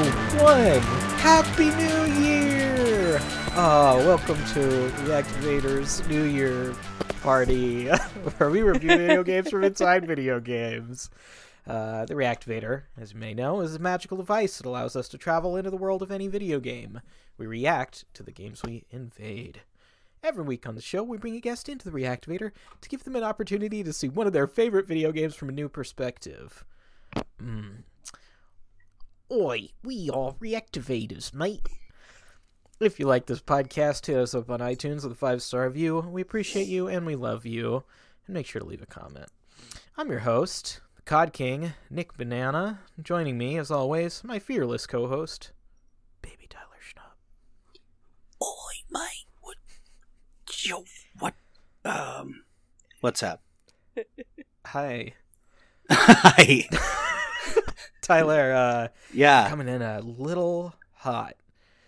everyone! Happy New Year! Uh, welcome to Reactivator's New Year party, where we review video games from inside video games. Uh, the Reactivator, as you may know, is a magical device that allows us to travel into the world of any video game. We react to the games we invade. Every week on the show, we bring a guest into the Reactivator to give them an opportunity to see one of their favorite video games from a new perspective. Mm. Oi, we are reactivators, mate. If you like this podcast, hit us up on iTunes with a five star review. We appreciate you and we love you. And make sure to leave a comment. I'm your host, the Cod King, Nick Banana. Joining me, as always, my fearless co host, Baby Tyler Schnupp. Oi, mate. What? Yo, what? Um. What's up? Hi. Hi. Tyler, uh, Yeah. coming in a little hot.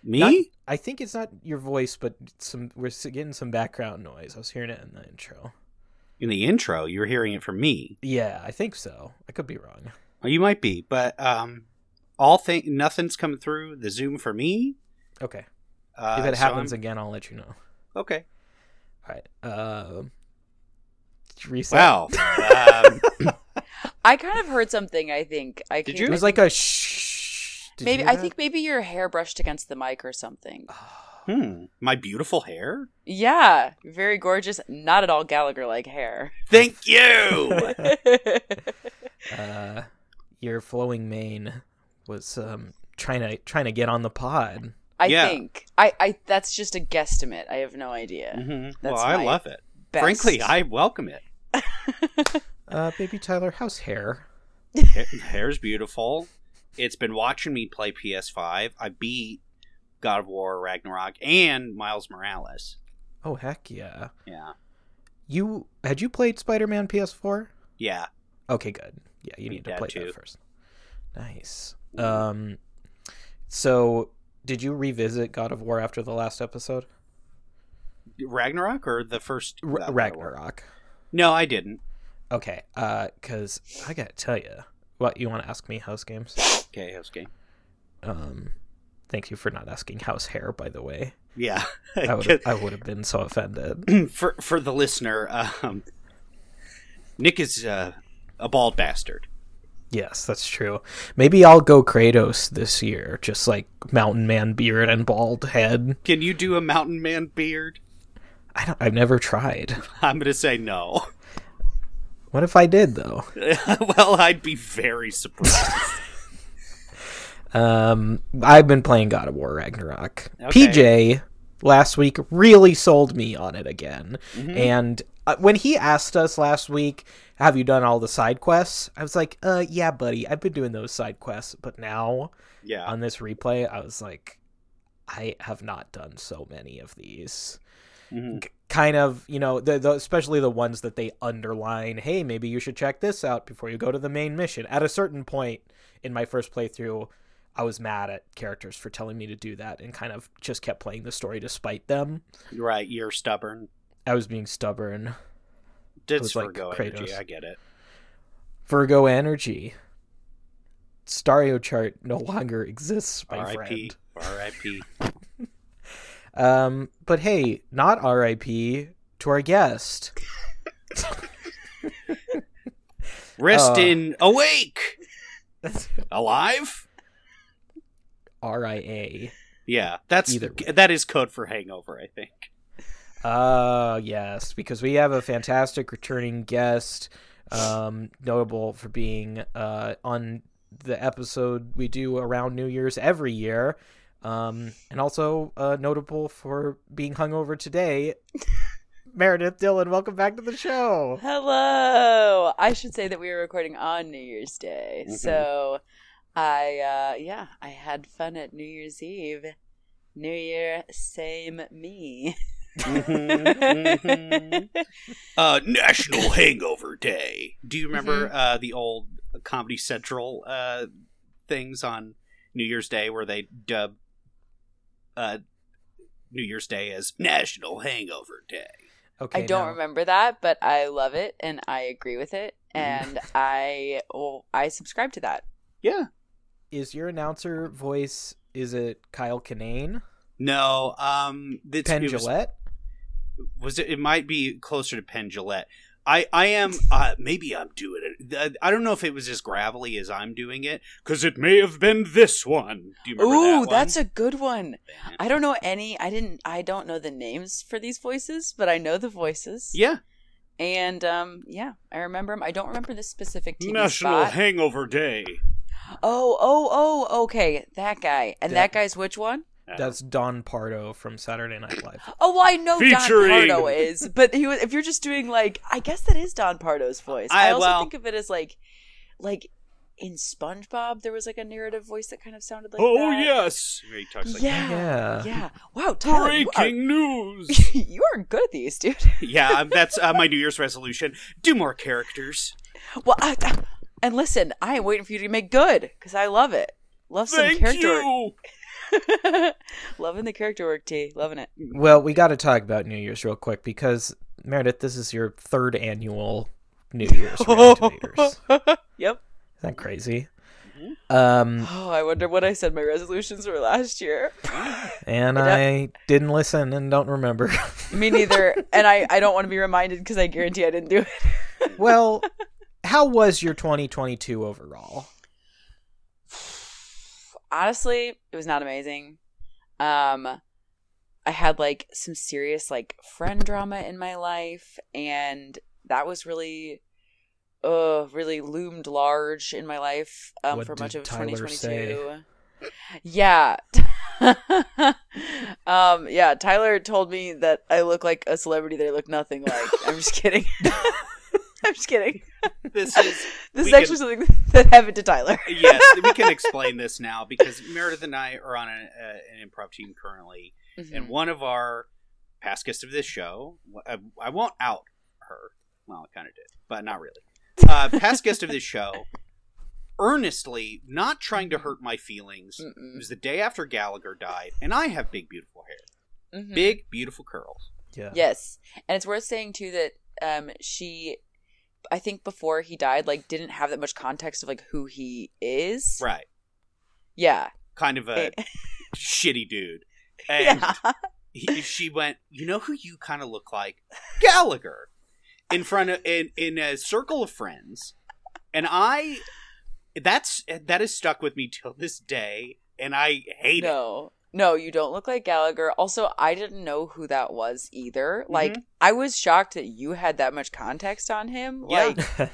Me? Not- I think it's not your voice, but some we're s- getting some background noise. I was hearing it in the intro. In the intro, you were hearing it from me. Yeah, I think so. I could be wrong. Well, you might be, but um, all thing nothing's coming through the Zoom for me. Okay. Uh, if it so happens I'm- again, I'll let you know. okay. All right. Um, reset. Wow. um, I kind of heard something. I think I Did can't- you? It was like a shh. Did maybe you hear I that? think maybe your hair brushed against the mic or something. hmm. My beautiful hair. Yeah, very gorgeous. Not at all Gallagher-like hair. Thank you. Uh, your flowing mane was um trying to trying to get on the pod. I Yeah. think I, I that's just a guesstimate. I have no idea. hmm Well, That's I my love it. Best. Frankly, I welcome it. Uh, baby Tyler, how's hair? Ha- Hair's beautiful. It's been watching me play PS5. I beat God of War Ragnarok and Miles Morales. Oh heck yeah! Yeah. You had you played Spider Man PS4? Yeah. Okay, good. Yeah, you Need need to that play too. that first. Nice. Um, so did you revisit God of War after the last episode? Ragnarok or the first R- uh, Ragnarok. No, I didn't. Okay, uh, cause I gotta tell you, what you want to ask me house games? Okay, that was game. Um, thank you for not asking house hair, by the way. Yeah, I would I would have been so offended. for for the listener, um, Nick is uh, a bald bastard. Yes, that's true. Maybe I'll go Kratos this year, just like mountain man beard and bald head. Can you do a mountain man beard? I don't. I've never tried. I'm gonna say no. What if I did though? well, I'd be very surprised. Um, I've been playing God of War Ragnarok. Okay. PJ last week really sold me on it again, and uh, when he asked us last week, "Have you done all the side quests?" I was like, "Uh, yeah, buddy, I've been doing those side quests, but now yeah, on this replay, I was like, I have not done so many of these." Mhm. K- Kind of, you know, the, the, especially the ones that they underline. Hey, maybe you should check this out before you go to the main mission. At a certain point in my first playthrough, I was mad at characters for telling me to do that, and kind of just kept playing the story despite them. You're right. You're stubborn. I was being stubborn. That's was like Virgo energy. Kratos. I get it. Virgo energy. Stario chart no longer exists, my R.I.P. friend. R.I.P. Um, but hey, not R.I.P. to our guest. Rest Uh. in awake, alive. R.I.A. Yeah, that's Either way. that is code for hangover. I think. Ah, yes, because we have a fantastic returning guest, um, notable for being uh, on the episode we do around New Year's every year, um, and also uh, notable for being hungover today. Meredith Dillon, welcome back to the show. Hello. I should say that we were recording on New Year's Day. Mhm. So I uh yeah, I had fun at New Year's Eve. New Year, same me. Mhm, mhm. uh, National Hangover Day. Do you remember uh, the old Comedy Central uh, things on New Year's Day where they dub uh, New Year's Day as National Hangover Day? Okay, I don't now- remember that, but I love it and Mm-hmm. I agree with it, and I oh, I subscribe to that. Yeah, is your announcer voice is it Kyle Kinane? No, um, it's, Penn it was, Gillette? was it, it might be closer to Penn Gillette. I, I am uh, maybe I'm doing it. I don't know if it was as gravelly as I'm doing it because it may have been this one. Do you remember that Ooh, one? that's a good one. Yeah. I don't know any. I didn't. I don't know the names for these voices, but I know the voices. yeah. And um, yeah, I remember them. I don't remember this specific TV National spot. Hangover Day. oh, oh, oh. Okay, that guy. And That- that, guy's which one? Uh, That's Don Pardo from Saturday Night Live. Oh, well, I know Featuring- Don Pardo is, but he was. If you're just doing like, I guess that is Don Pardo's voice. I- I, also well- think of it as like, like in SpongeBob, there was like a narrative voice that kind of sounded like. oh that. yes, Where he talks like yeah, oh, uh, yeah. yeah. Wow, Tyler, you are- breaking news. you are good at these, dude. yeah, um, that's uh, my New Year's resolution. Do more characters. Well, I, I- and listen, I am waiting for you to make good because I love it. Love some Thank character you. work. Loving the character work, T. Loving it. Well, we got to talk about New Year's real quick because Meredith, this is your third annual New Year's. Reactivators. Isn't Yep. that crazy? Mhm. Um, Oh, I wonder what I said my resolutions were last year. and uh, Yeah. I didn't listen and don't remember. Me neither. and I, I don't want to be reminded because I guarantee I didn't do it. well, how was your 2022 overall? Honestly, it was not amazing. Um, I had like some serious like friend drama in my life, and that was really, uh, really loomed large in my life um, What for much did of Tyler 2022. say? Yeah. um yeah tyler told me that i look like a celebrity that i look nothing like i'm just kidding i'm just kidding This is We this is actually something that happened to tyler yes. We can explain this now because Meredith and I are on a, a, an improv team currently, Mm-hmm. and one of our past guests of this show I, I won't out her well i kind of did but not really uh, past guest of this show earnestly not trying to hurt my feelings it Mm-mm. was the day after gallagher died and i have big beautiful hair Mhm. big beautiful curls Yeah. Yes, and it's worth saying too that um, she, I think before he died, like didn't have that much context of like who he is. right Yeah. kind of a Eh. shitty dude and yeah. he, she went you know who you kind of look like gallagher in front of in, in a circle of friends and i that's that has stuck with me till this day and i hate it No. No, you don't look like Gallagher. Also, I didn't know who that was either. Like, I was shocked that you had that much context on him. Yeah. Like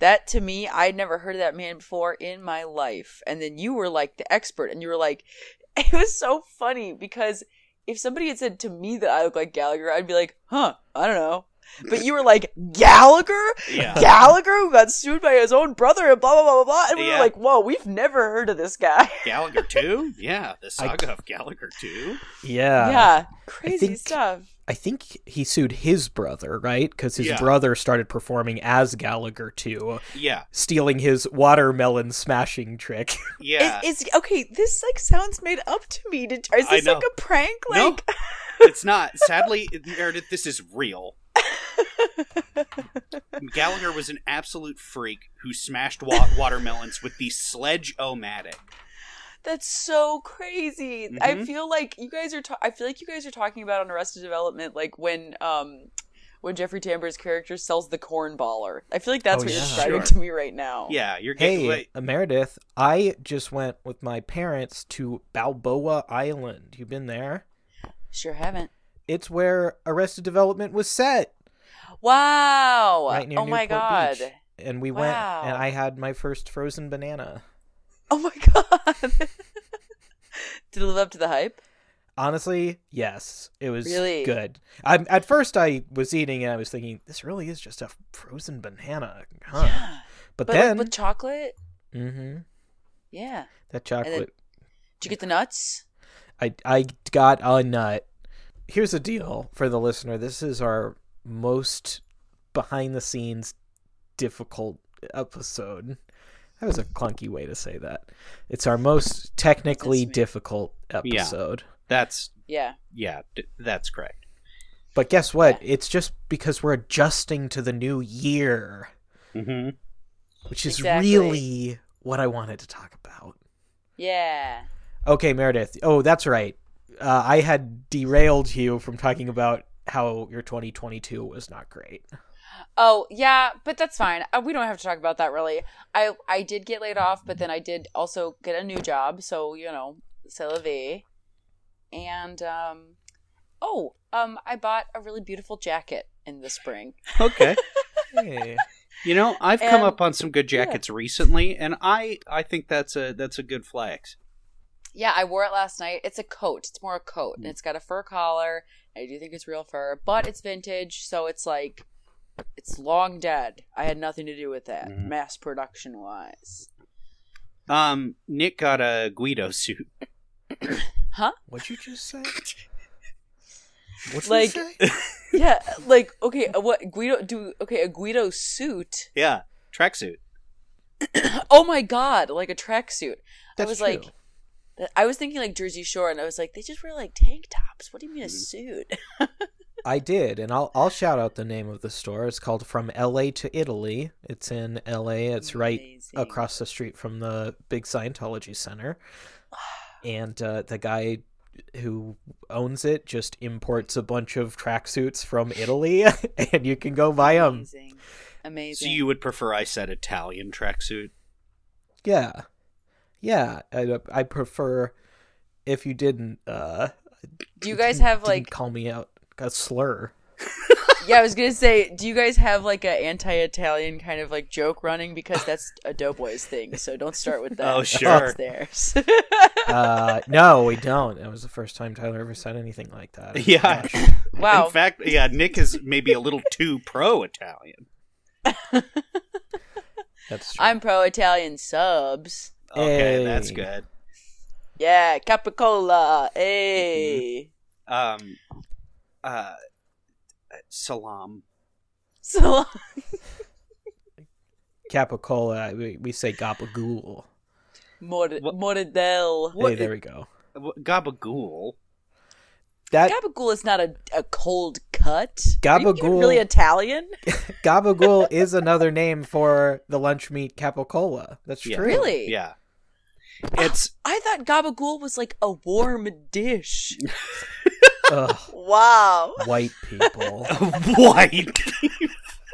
that to me, I'd never heard of that man before in my life. And then you were like the expert, and you were like, it was so funny because if somebody had said to me that I look like Gallagher, I'd be like, huh, I don't know. But you were like Gallagher, yeah Gallagher, who got sued by his own brother, and blah blah blah blah blah. And we Yeah. were like, whoa, we've never heard of this guy. gallagher 2 yeah the saga of gallagher 2 Yeah. yeah, crazy think- stuff. I think he sued his brother, right? Because his Yeah. brother started performing as Gallagher too, yeah stealing his watermelon smashing trick. yeah It, it's okay. This like sounds made up to me. Did, is I this know. like a prank? No. Like, it's not sadly meredith this is real gallagher was an absolute freak who smashed wa- watermelons with the sledge o matic That's so crazy. I Mm-hmm. Mhm. feel like you guys are. Ta- I feel like you guys are talking about on Arrested Development, like when um when Jeffrey Tambor's character sells the corn baller. I feel like that's Oh, what you're yeah. describing Sure. to me right now. yeah you're getting hey, wait, uh, Meredith, I just went with my parents to Balboa Island. You been there? sure haven't. It's where Arrested Development was set, Wow. right near oh my Newport god. Beach. And we went, and Wow. I had my first frozen banana. Oh my god. Did it live up to the hype? Honestly, yes, it was Really? good. I, at first, I was eating and I was thinking, this really is just a frozen banana, huh? Yeah. But, But then, like, with chocolate, hmm yeah. that then- chocolate, Did you get the nuts? I I got a nut. Here's the deal for the listener: this is our most behind the scenes difficult episode. That was a clunky way to say that. It's our most technically That's me. difficult Yeah. episode. that's Yeah. yeah d- that's correct But guess what? It's just because we're adjusting to the new year, Mm-hmm. which is Exactly. really what I wanted to talk about. Yeah. Okay, Meredith. Oh, that's right. Uh, I had derailed you from talking about how your 2022 was not great. Oh yeah, but that's fine. Uh, We don't have to talk about that really. I I did get laid off, but then I did also get a new job, so you know, c'est la vie. And um, oh, um, I bought a really beautiful jacket in the spring. Okay. Hey. You know, I've come And- up on some good yeah. jackets recently, and I I think that's a that's a good flex. Yeah, I wore it last night. It's a coat. It's more a coat, and it's got a fur collar. I do think it's real fur, but it's vintage, so it's like it's long dead. I had nothing to do with that, Mhm. mass production wise. Um, Nick got a Guido suit. What'd you just say? What'd Like- you say? yeah, like okay, a what Guido do? Okay, a Guido suit. Yeah, tracksuit. Oh my god, like a tracksuit. I That's was true. like, I was thinking like Jersey Shore, and I was like, they just wear like tank tops. What do you Mm-hmm. mean a suit? I did, and I'll I'll shout out the name of the store. It's called From LA to Italy. It's in LA. It's right Amazing. across the street from the big Scientology center. And uh, the guy who owns it just imports a bunch of tracksuits from Italy, and you can go buy them. Amazing, amazing. Um, So you would prefer I said Italian tracksuit? Yeah, yeah. I, I prefer if you didn't. Uh, do you guys didn't- have didn't like? call me out a slur? Yeah, I was gonna say, do you guys have like a anti-Italian kind of like joke running because that's a Doughboys thing. So don't start with that. Oh, sure. That's theirs. Uh, no, we don't. That was the first time Tyler ever said anything like that. Yeah. wow. In fact, yeah, Nick is maybe a little too pro Italian. That's true. I'm pro-Italian subs. Okay, that's Hey. good. Yeah, capicola. Mm-hmm. Hey. Um, uh, salam. So Capicola. We, we say gabagool. Mor- What- Mortadell. hey, there we go. Gabagool. That Gabagool is not a, a cold cut. Are you even Gabagool- really Italian? gabagool is another name for the lunch meat capicola. That's Yeah. true. Really? Yeah. It's I thought gabagool was like a warm dish. Ugh, Wow. white people. white.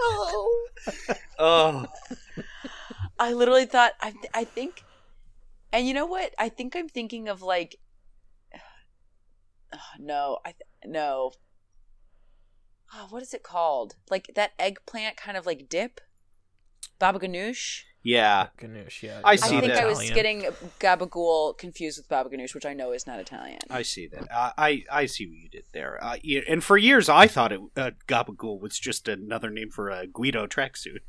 Oh. oh. I literally thought I I think and you know what? I think I'm thinking of like Ah, no, I th- no. Ah, what is it called? Like that eggplant kind of like dip? Baba ganoush? Yeah. Ganoush, yeah. I it's I see not think that. I was Italian. getting gabagool confused with baba ganoush, which I know is not Italian. I see that. I I, I see what you did there. Uh, yeah, and for years, I thought it, uh, Gabagool was just another name for a Guido tracksuit.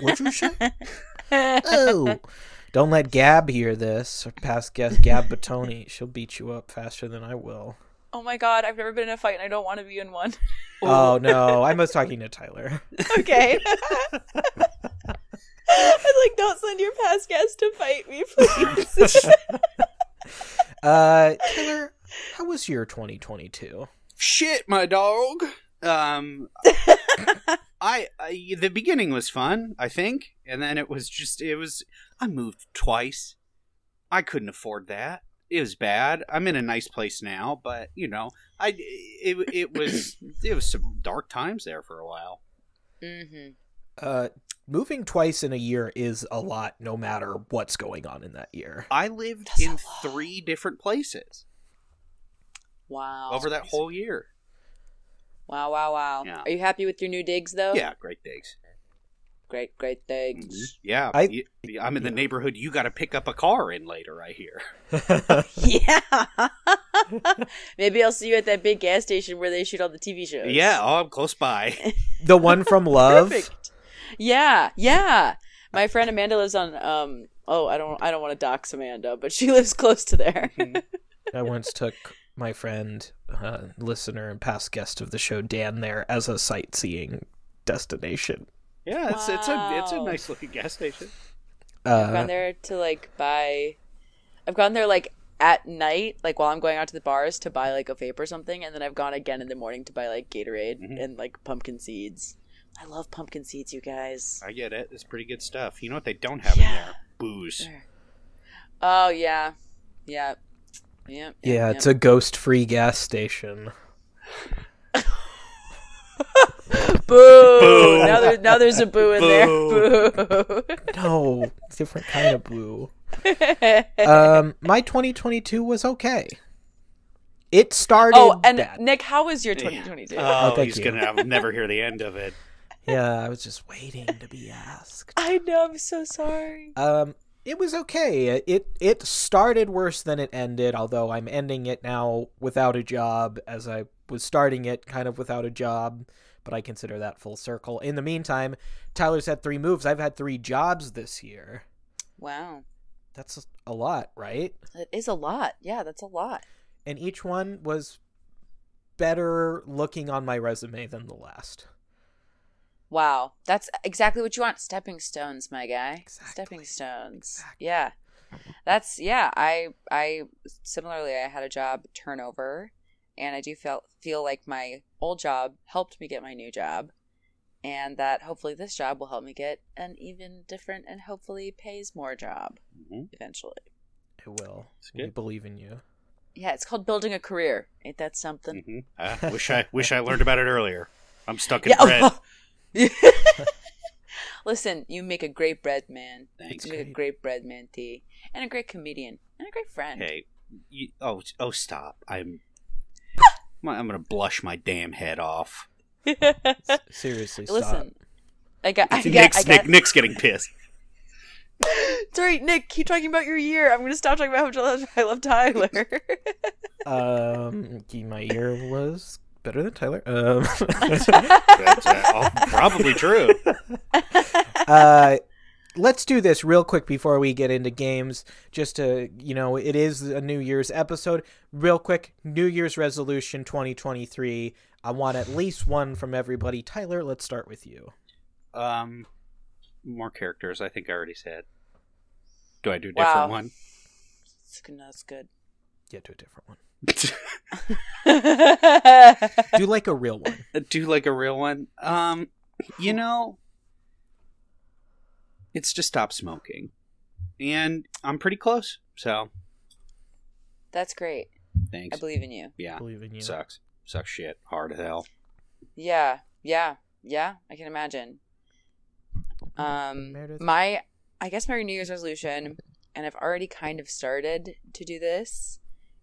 What'd you say? Oh. Don't let Gab hear this. Our past guest Gab Batoni. She'll beat you up faster than I will. oh my god, I've never been in a fight and I don't want to be in one. Oh no, I was talking to Tyler. Okay. i like, don't send your past guests to fight me, please. Uh, Tyler, how was your 2022? Shit, my dog. Um, I, I the beginning was fun, I think, and then it was just it was. I moved twice. I couldn't afford that. It was bad. I'm in a nice place now, but you know, I it it was it was some dark times there for a while. mm-hmm. Uh, moving twice in a year is a lot, no matter what's going on in that year. I lived That's a in lot. three different places Wow. over that whole year. Wow, wow, wow. Yeah. Are you happy with your new digs, though? Yeah, great digs. Great, great digs. Yeah, I- I, am in the neighborhood. You got to pick up a car in later. I hear. Mm-hmm. Yeah. Maybe I'll see you at that big gas station where they shoot all the TV shows. Yeah, oh, I'm close by. the one from Love. Perfect. Yeah, yeah. My friend Amanda lives on um oh, I don't I don't want to dox Amanda, but she lives close to there. I once took my friend, uh, listener, and past guest of the show Dan there as a sightseeing destination. Yeah, it's it's a it's a Wow. nice looking gas station. I've gone Uh, there to like buy. I've gone there like at night, like while I'm going out to the bars to buy like a vape or something, and then I've gone again in the morning to buy like Gatorade Mm-hmm. Mhm. and like pumpkin seeds. I love pumpkin seeds, you guys. I get it. It's pretty good stuff. You know what they don't have in Yeah. there? Booze. There. Oh yeah, yeah, yeah. Yeah, it's a ghost-free gas station. boo. Boo. Now there's now there's a boo in Boo. No, different kind of boo. there. Boo. Um, my 2022 was okay. It started oh, and bad. Uh, Nick, how was your 2022? Oh, thank he's you. gonna I'll never hear the end of it. yeah, I was just waiting to be asked. I know. I'm so sorry. Um, it was okay. It it started worse than it ended. Although I'm ending it now without a job, as I was starting it kind of without a job. But I consider that full circle. In the meantime, Tyler's had three moves. I've had three jobs this year. Wow, That's a lot, right? that is a lot. Yeah, that's a lot. And each one was better looking on my resume than the last. Wow, that's exactly what you want. Stepping stones, my guy. Exactly. Stepping stones. Exactly. Yeah, that's yeah. I I similarly, I had a job turnover, and I do feel feel like my old job helped me get my new job, and that hopefully this job will help me get an even different and hopefully pays more job Mhm. eventually. It will. good. We believe in you. Yeah, it's called building a career. Ain't that something? Mhm. I wish I wish I learned about it earlier. I'm stuck in Yeah. oh, bread. Listen, you make a great bread man. Thanks. You make a great bread man, T. And a great comedian. And a great friend. Hey, you, oh oh stop! I'm I'm gonna blush my damn head off. S- Seriously, stop. Listen. I got, I got, I Nick's, got. Nick, Nick's getting pissed. Sorry, Nick. Keep talking about your year. I'm gonna stop talking about how much I love- I love Tyler. Um, gee, my year was better than Tyler. Um, That's uh, probably true. uh, let's do this real quick before we get into games. Just to, you know, it is a New Year's episode. Real quick, New Year's resolution 2023. I want at least one from everybody. Tyler, let's start with you. Um, more characters. I think I already said. Do I do a different Wow. one? That's good. That's good. Yeah, do a different one. I Do like a real one. do like a real one. Um, you know, it's to stop smoking, and I'm pretty close. So That's great. I thanks. believe in you. Yeah, believe in you. sucks. Sucks shit. Hard as hell. Yeah, yeah, yeah. I can imagine. Um, Meredith? my, I guess my New Year's resolution, and I've already kind of started to do this,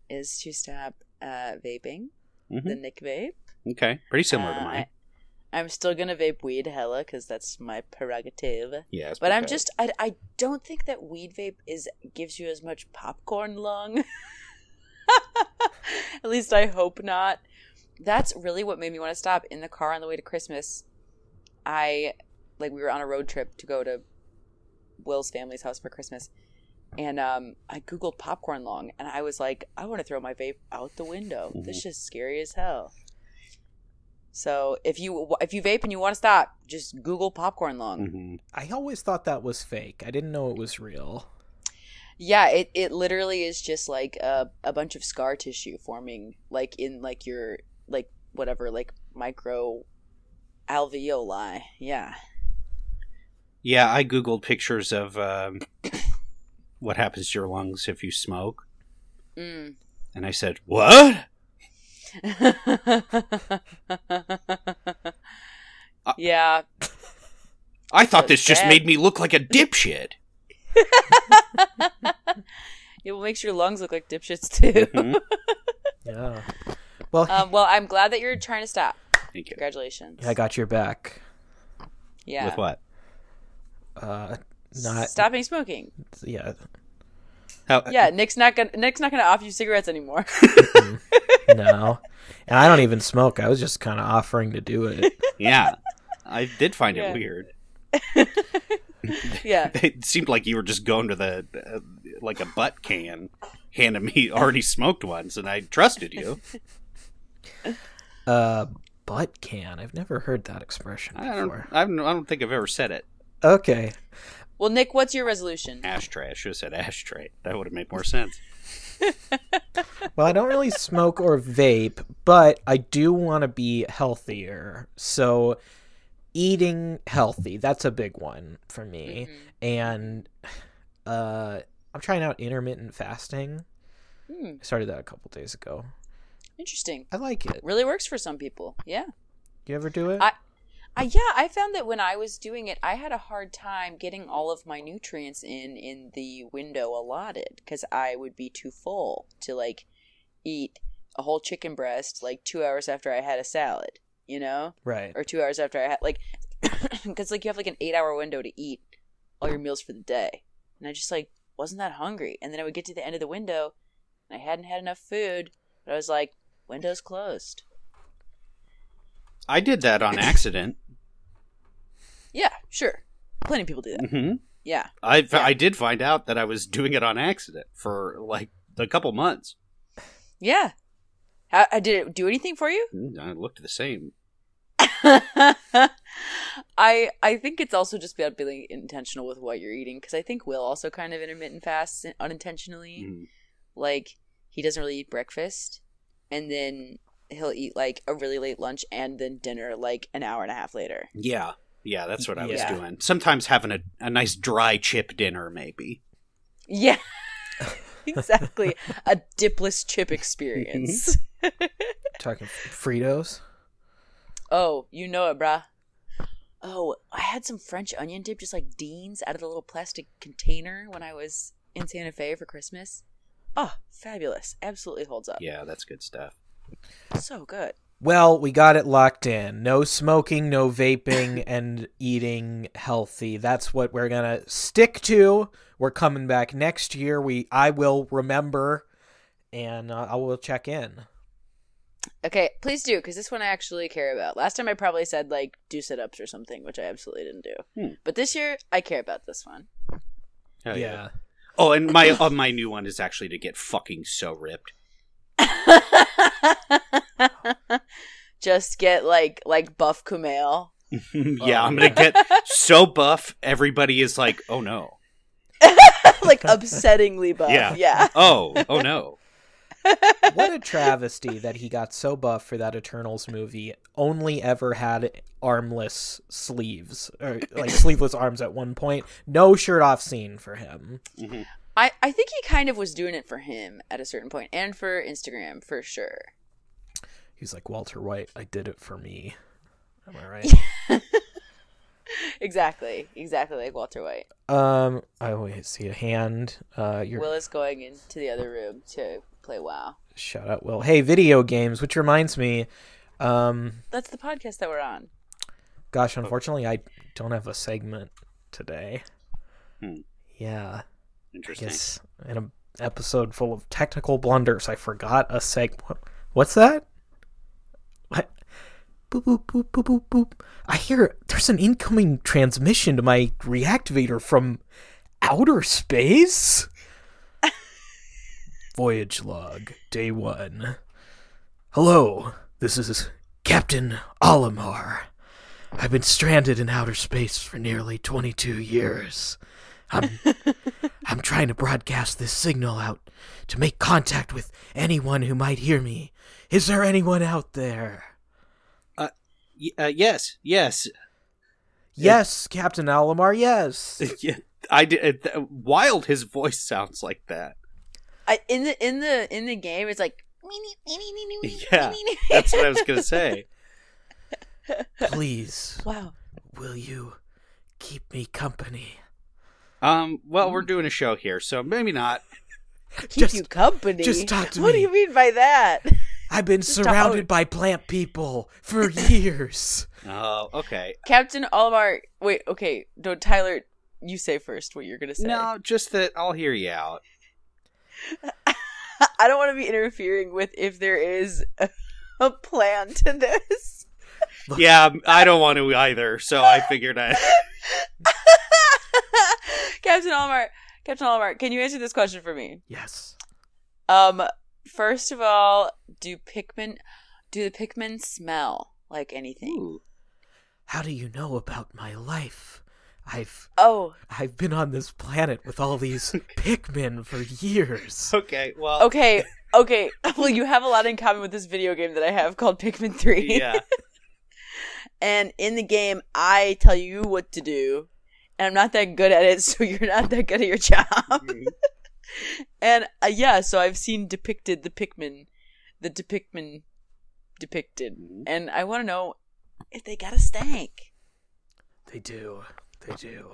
is to stop uh, vaping Mhm. the Nick vape. Okay, pretty similar Uh, to mine. I, am still gonna vape weed hella because that's my prerogative. Yeah, it's But I'm okay. just I, I don't think that weed vape is gives you as much popcorn lung. At least I hope not. That's really what made me want to stop in the car on the way to Christmas. I like we were on a road trip to go to Will's family's house for Christmas. And um, I googled popcorn lung, and I was like, I want to throw my vape out the window. This is just scary as hell. So if you if you vape and you want to stop, just Google popcorn lung. Mhm. I always thought that was fake. I didn't know it was real. Yeah, it, it literally is just like a, a bunch of scar tissue forming, like in like your like whatever like micro alveoli. Yeah, Yeah, I googled pictures of um, what happens to your lungs if you smoke, mm. and I said, "What? Uh. yeah. I thought So this just sad. made me look like a dipshit." It makes your lungs look like dipshits too. Mhm. Yeah. Well, Um, well, I'm glad that you're trying to stop. Thank you. Congratulations. I got your back. yeah. With what? Uh, not Uh, stopping smoking. yeah. How, Yeah, Nick's not gonna Nick's not gonna offer you cigarettes anymore. No, and I don't even smoke. I was just kind of offering to do it. yeah, I did find Yeah. it weird. yeah. It seemed like you were just going to the uh, like a butt can, handed me already smoked ones, and I trusted you. Uh, butt can. I've never heard that expression I don't. before. I don't, I don't think I've ever said it. Okay. Well, Nick, what's your resolution? Ashtray. I should have said ashtray. That would have made more sense. Well, I don't really smoke or vape, but I do want to be healthier. So, Mm-hmm. Mm-hmm. eating healthy—that's a big one for me. Mhm. And, uh, I'm trying out intermittent fasting. Hmm, I started that a couple days ago. interesting. I like it. Really works for some people. Yeah. You ever do it? I- I, yeah, I found that when I was doing it, I had a hard time getting all of my nutrients in in the window allotted because I would be too full to like eat a whole chicken breast like two hours after I had a salad, you know, right. or two hours after I had like because like you have like an eight hour window to eat all your meals for the day, and I just like wasn't that hungry, and then I would get to the end of the window and I hadn't had enough food, but I was like, window's closed. I did that on accident. Yeah, sure, plenty of people do that. hmm Yeah. I Yeah. I did find out that I was doing it on accident for like a couple months. Yeah. How, uh, did it do anything for you? Mm, I looked the same. I I think it's also just about being intentional with what you're eating because I think Will also kind of intermittent fasts unintentionally. Mm. Like he doesn't really eat breakfast, and then he'll eat like a really late lunch and then dinner like an hour and a half later. Yeah, yeah, that's what I was Yeah. doing. Sometimes having a, a nice dry chip dinner, maybe. Yeah, exactly. a dipless chip experience. Talking Fritos. Oh, you know it, brah. Oh, I had some French onion dip, just like Dean's, out of the little plastic container when I was in Santa Fe for Christmas. Oh, fabulous. Absolutely holds up. Yeah, that's good stuff. So good. Well, we got it locked in. No smoking, no vaping, and eating healthy. That's what we're gonna stick to. We're coming back next year. We I will remember, and uh, I will check in. Okay, please do, because this one I actually care about. Last time I probably said, like, do sit ups or something, which I absolutely didn't do. Hmm. But this year, I care about this one. Oh, Oh, and my uh, my new one is actually to get fucking so ripped. just get, like, like Buff Kumail. yeah, Oh, I'm gonna yeah. get so buff. Everybody is like, oh no, like, upsettingly buff. Yeah. yeah. oh oh no. what a travesty that he got so buff for that Eternals movie. Only ever had armless sleeves, or like sleeveless arms at one point. No shirt off scene for him. Mhm. I, I think he kind of was doing it for him at a certain point and for Instagram for sure. He's like Walter White. I did it for me. Am I right? Exactly. Exactly like Walter White. Um, I always see a hand. Uh, your Will is going into the other room to play WoW. shout out, Will. Hey, video games, which reminds me. Um, That's the podcast that we're on. gosh, unfortunately, I don't have a segment today. Hmm. Yeah, I Interesting. guess in an episode full of technical blunders, I forgot a seg. What, what's that? What? Boop boop boop boop boop boop. I hear there's an incoming transmission to my reactivator from outer space. Voyage log, day one. Hello, this is Captain Olimar. I've been stranded in outer space for nearly 22 years. I'm I'm trying to broadcast this signal out to make contact with anyone who might hear me. Is there anyone out there? Y- uh, yes, yes. Yes, Captain Alamar, yes. yeah, I did. Uh, wild. His voice sounds like that. I, in the in the in the game it's like Yeah, That's what I was gonna say. Please, Wow. will you keep me company? Um. Well, we're doing a show here, so maybe not. Keep Just- you company. just talk to What do me. you mean by that? I've been Just don't. surrounded by plant people for years. Oh, okay. Captain Olimar wait, okay, no Tyler, you say first what you're gonna say. No, just that I'll hear you out. I don't want to be interfering with if there is a, a plan to this. Yeah, I don't want to either. So I figured I. Captain Allmart, Captain Allmart, can you answer this question for me? yes. Um, first of all, do Pikmin, do the Pikmin smell like anything? Ooh. How do you know about my life? I've Oh, I've been on this planet with all these Pikmin for years. Okay. Well. okay, okay. Well, you have a lot in common with this video game that I have called Pikmin Three. Yeah. And in the game, I tell Mm-hmm. you what to do, and I'm not that good at it, so you're not that good at your job. and uh, yeah, so I've seen depicted the Pikmin, the depictman depicted, Mm-hmm. and I want to know if they got a stank. They do. They do.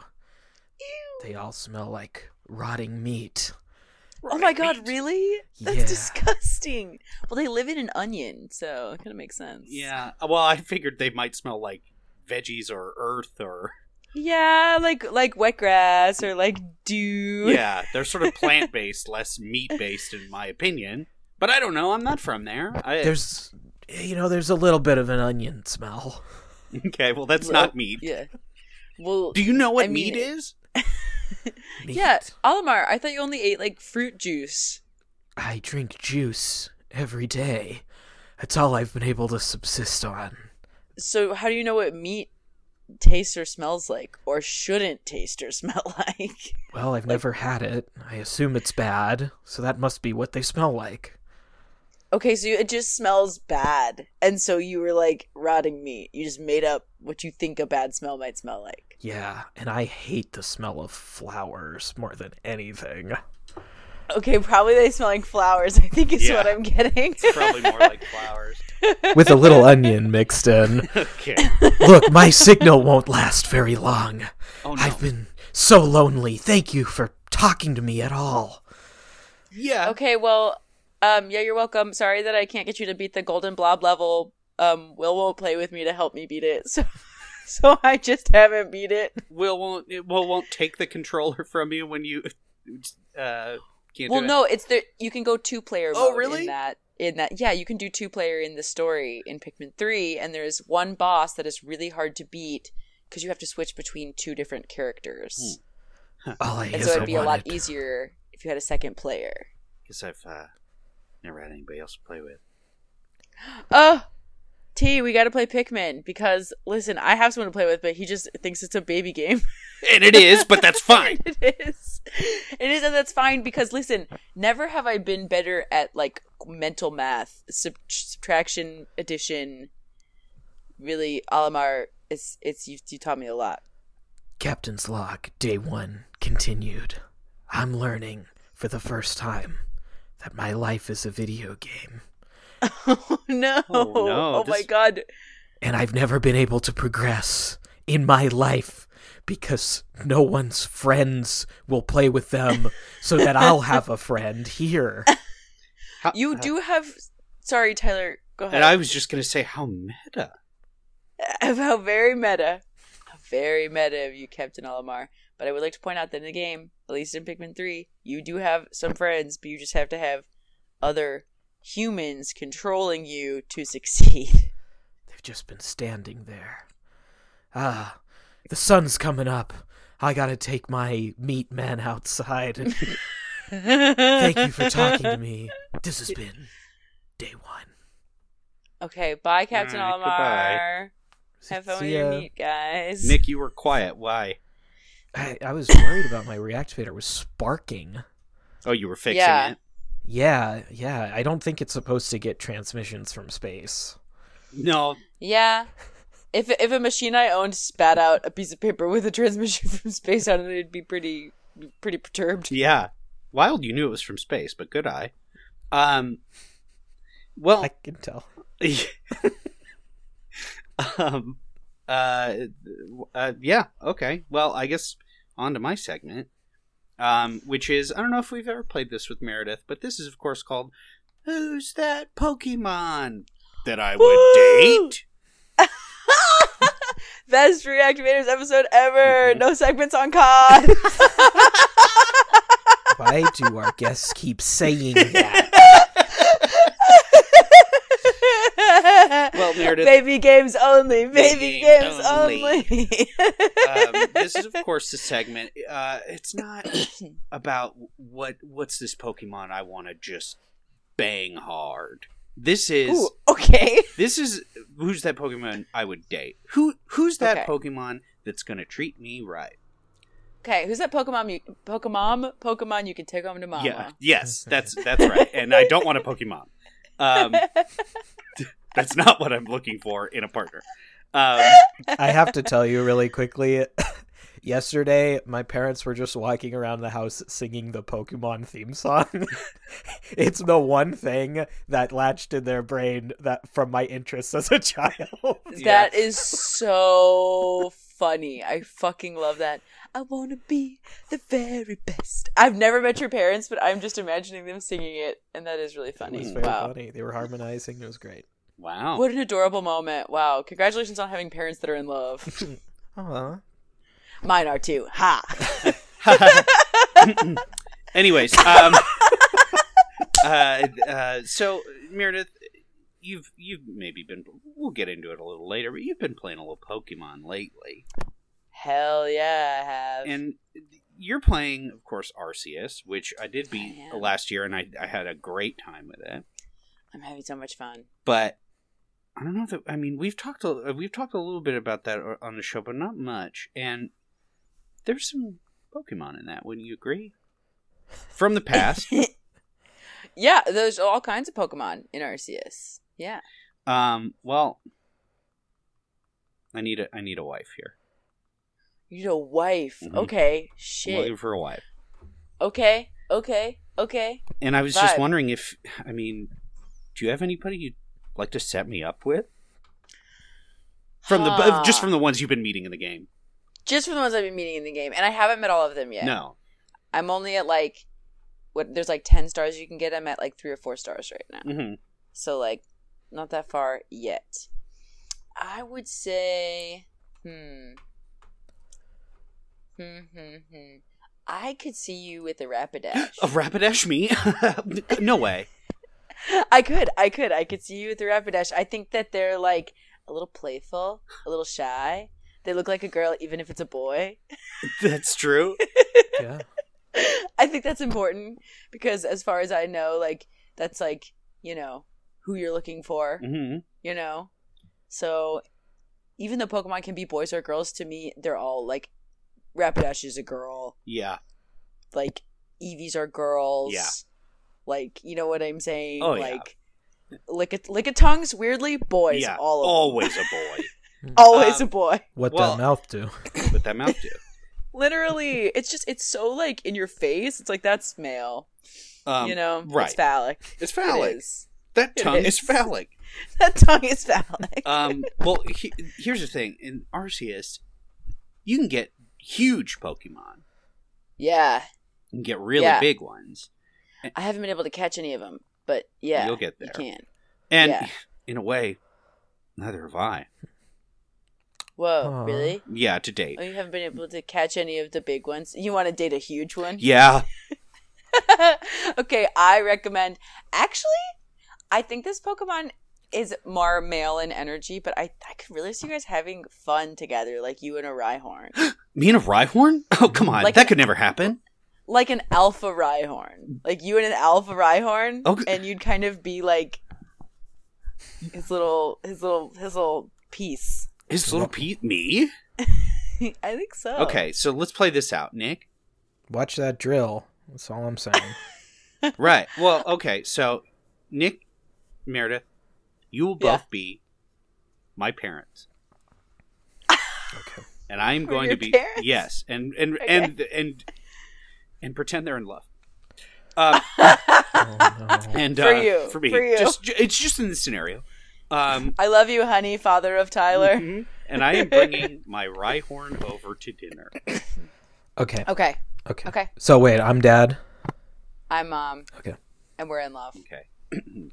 They all smell like rotting meat. oh my god, really? That's Yeah. disgusting. Well, they live in an onion, so it kind of makes sense. Yeah. Well, I figured they might smell like veggies or earth or Yeah, like like wet grass or like dew. yeah, they're sort of plant based, less meat based, in my opinion. But I don't know. I'm not from there. I, There's, you know, there's a little bit of an onion smell. okay. Well, that's Well, not meat. Yeah. Well, Do you know what I mean- meat is? Meat. yeah, Alamar, I thought you only ate like fruit juice. I drink juice every day. That's all I've been able to subsist on. So how do you know what meat tastes or smells like, or shouldn't taste or smell like? Well, I've never had it. I assume it's bad, so that must be what they smell like. Okay, so it just smells bad, and so you were like rotting meat. You just made up what you think a bad smell might smell like. Yeah, and I hate the smell of flowers more than anything. Okay, probably they smell like flowers. I think is Yeah. what I'm getting. It's probably more like flowers. With a little onion mixed in. Okay. Look, my signal won't last very long. Oh no. I've been so lonely. Thank you for talking to me at all. yeah. Okay, well, um, yeah, you're welcome. Sorry that I can't get you to beat the golden blob level. Um, Will won't play with me to help me beat it, so so I just haven't beat it. Will won't Will won't take the controller from you when you uh, can't well, do it. no, it's the you can go two player. Oh, mode really? In that in that yeah, you can do two player in the story in Pikmin three, and there's one boss that is really hard to beat because you have to switch between two different characters, Hmm. All I and ever so it'd be a lot wanted- easier if you had a second player. Guess I've uh, never had anybody else to play with. Oh, T, we got to play Pikmin because listen, I have someone to play with, but he just thinks it's a baby game. And it is, but that's fine. it is. It is, and that's fine because listen, never have I been better at like mental math, sub- subtraction, addition. Really, Alamar, it's it's you, you taught me a lot. e- Captain's log, day one, continued. I'm learning, for the first time, that my life is a video game, oh no! Oh, no, Oh, my this- god! and I've never been able to progress in my life because no one's friends will play with them, so that I'll have a friend here. How- You do have. Sorry, Tyler. Go ahead. And I was just gonna say how meta. how very meta, how very meta of you, Captain Olimar. But I would like to point out that in the game, at least in Pikmin Three, you do have some friends, but you just have to have other humans controlling you to succeed. They've just been standing there. Ah, the sun's coming up. I gotta take my meat man outside. And thank Thank you for talking to me. This has been day one. Okay, bye, Captain Alright, Olimar. Have fun See with your ya. meat, guys. Nick, you were quiet. Why? I, I was worried about my reactivator was sparking. Oh, you were fixing Yeah. it. Yeah, yeah. I don't think it's supposed to get transmissions from space. No, Yeah. If if a machine I owned spat out a piece of paper with a transmission from space on it, it'd be pretty pretty perturbed. yeah. Wild, you knew it was from space, but good eye. Um. Well, I can tell. um, uh, uh, yeah, okay. Well, I guess on to my segment, um, which is I don't know if we've ever played this with Meredith, but this is, of course, called Who's That Pokemon That I Would Woo! Date? Best reactivators episode ever. No segments on COD. Why do our guests keep saying that? Well, Meredith- Baby games only. Baby Baby games games only. um, this is, of course, the segment. Uh, it's not about what what's this Pokemon I want to just bang hard. This is Ooh, okay. This is who's that Pokemon I would date. Who who's that Okay. Pokemon that's gonna treat me right? Okay, who's that Pokemon? You, Pokemon? Pokemon you can take home to mama. Yeah, yes, that's that's right. And I don't want a Pokemon. Um, that's not what I'm looking for in a partner. Um, I have to tell you really quickly. Yesterday, my parents were just walking around the house singing the Pokemon theme song. it's the one thing that latched in their brain that from my interests as a child. Yeah. That is so funny. I fucking love that. I want to be the very best. I've never met your parents, but I'm just imagining them singing it, and that is really It was funny. very Wow. funny. They were harmonizing. It was great. Wow. What an adorable moment. Wow. Congratulations on having parents that are in love. Aw. Mine are too. Ha. Anyways, um, uh, uh, so Meredith, you've you've maybe been. We'll get into it a little later, but you've been playing a little Pokemon lately, Hell yeah, I have. and you're playing, of course, Arceus, which I did beat I am. last year, and I, I had a great time with it. I'm having so much fun. But I don't know that. I mean, we've talked a, we've talked a little bit about that on the show, but not much. And there's some Pokemon in that. Wouldn't you agree? From the past. Yeah, there's all kinds of Pokemon in Arceus. Yeah. Um. Well, I need a I need a wife here. You need a wife. Mhm. Okay. I'm looking Shit. for a wife, Okay. Okay. Okay. and I was just Vibe. wondering if I mean, do you have anybody you'd like to set me up with from the uh, Huh. just from the ones you've been meeting in the game? Just from the ones I've been meeting in the game, and I haven't met all of them yet. No. I'm only at like what there's like 10 stars you can get. I'm at like 3 or 4 stars right now. hmm So like not that far yet. I would say hmm. Hmm hmm hmm. I could see you with a Rapidash. A Rapidash me? no way. I could, I could, I could see you with the Rapidash. I think that they're like a little playful, a little shy. They look like a girl, even if it's a boy. That's true. Yeah. I think that's important because, as far as I know, like that's like you know who you're looking for. hmm You know, so even though Pokemon can be boys or girls, to me they're all like Rapidash is a girl, Yeah. like Eevees are girls. Yeah. Like, you know what I'm saying? Oh, yeah. like lick a lick a tongues, weirdly, boys, yeah. all of them. Always a boy. Hmm. always Um, a boy What Well- the mouth do? With that mouth do. literally it's just it's so like in your face it's like that's male Um, you know right. it's phallic It's It phallic. is. That It tongue is. is phallic. that tongue is phallic um, well, he, here's the thing: in Arceus, you can get huge Pokemon, yeah you can get really Yeah. big ones, i haven't been able to catch any of them but yeah You'll get you there. can and Yeah. in a way, neither have I. whoa Aw. really Yeah, to date. oh you haven't been able to catch any of the big ones you want to date a huge one Yeah, okay i recommend actually i think this pokemon is more male in energy but i i could really see you guys having fun together like you and a rhyhorn me and a Rhyhorn. Oh, come on, Like- that could never happen. like an alpha Rhyhorn. Like you and an alpha Rhyhorn, Okay. and you'd kind of be like his little his little his little piece. His little Pete, me. I think so. Okay, so let's play this out, Nick. Watch that drill. That's all I'm saying. Right. Well, okay. So, Nick, Meredith, you will Yeah. both be my parents. Okay. and I'm We're going your to be parents? yes, and and Okay. and and and pretend they're in love. Um, Oh, no. and For uh, you, for me, for you. just ju- it's just in this scenario. Um, I love you, honey, father of Tyler. mhm. and I am bringing my Rhyhorn over to dinner. Okay. Okay. Okay. Okay. So wait, I'm dad. I'm mom. Okay. And we're in love. Okay,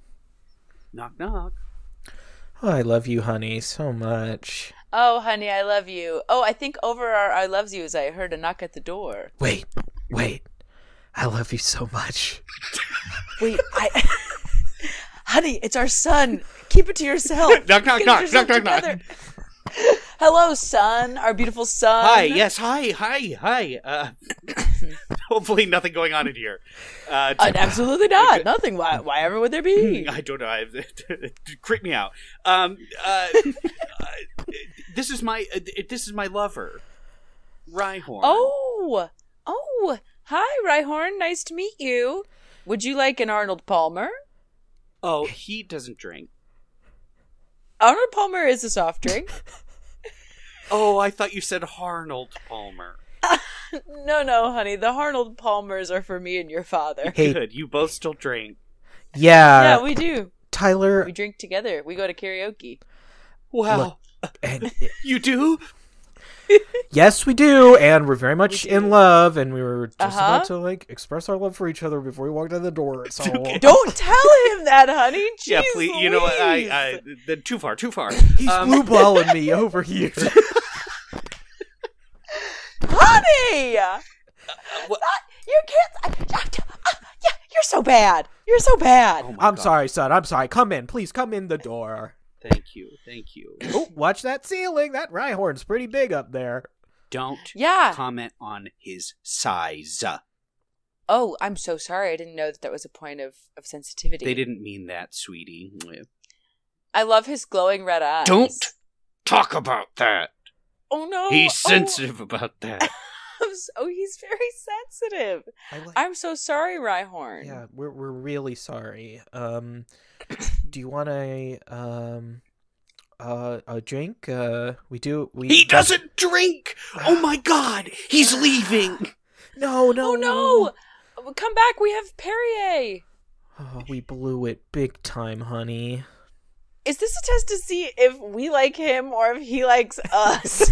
knock knock. Oh, I love you, honey, so much. Oh, honey, I love you. Oh, I think over our I loves yous, I heard a knock at the door. Wait, wait. I love you so much. Wait, I. honey, it's our son. Keep it to yourself. Knock, knock, Get knock, yourself knock, knock, knock. together. Hello, son. Our beautiful son. Hi, yes, hi, hi, hi. Uh, hopefully, nothing going on in here. Uh, Uh, absolutely not. Nothing. Why? Why ever would there be? I don't know. I, creep me out. Um, uh, uh, this is my uh, this is my lover, Rhyhorn. Oh, oh. Hi, Rhyhorn. Nice to meet you. Would you like an Arnold Palmer? oh, he doesn't drink. Arnold Palmer is a soft drink. Oh, I thought you said Arnold Palmer. No, no, honey. The Arnold Palmers are for me and your father. Hey. Good, you both still drink. Yeah, yeah, we do. Tyler We drink together. We go to karaoke. Wow, Look. and you do? yes, we do, and we're very much in love, and we were just Uh-huh. about to like express our love for each other before we walked out the door. So Okay. Don't tell him that, honey. Jeez, yeah, please. You know what? I, Louise. I then too far, too far. he's Um, blue balling me over here. honey, what- you can't. I, I, I, yeah, you're so bad. You're so bad. Oh my I'm God. sorry, son. I'm sorry. Come in, please. Come in the door. Thank you, thank you. Oh, watch that ceiling. That rye horn's pretty big up there. Don't yeah. comment on his size. Oh, I'm so sorry. I didn't know that that was a point of, of sensitivity. They didn't mean that, sweetie. I love his glowing red eyes. Don't talk about that. Oh no. He's Oh, sensitive about that. I'm so- Oh, he's very sensitive. I like- I'm so sorry, Rhyhorn. yeah, we're we're really sorry. Um, do you want a um uh, a drink? Uh, we do. We He doesn't drink. Oh my God, he's leaving. No, no, Oh no! Come back. We have Perrier. Oh, we blew it big time, honey. Is this a test to see if we like him or if he likes us?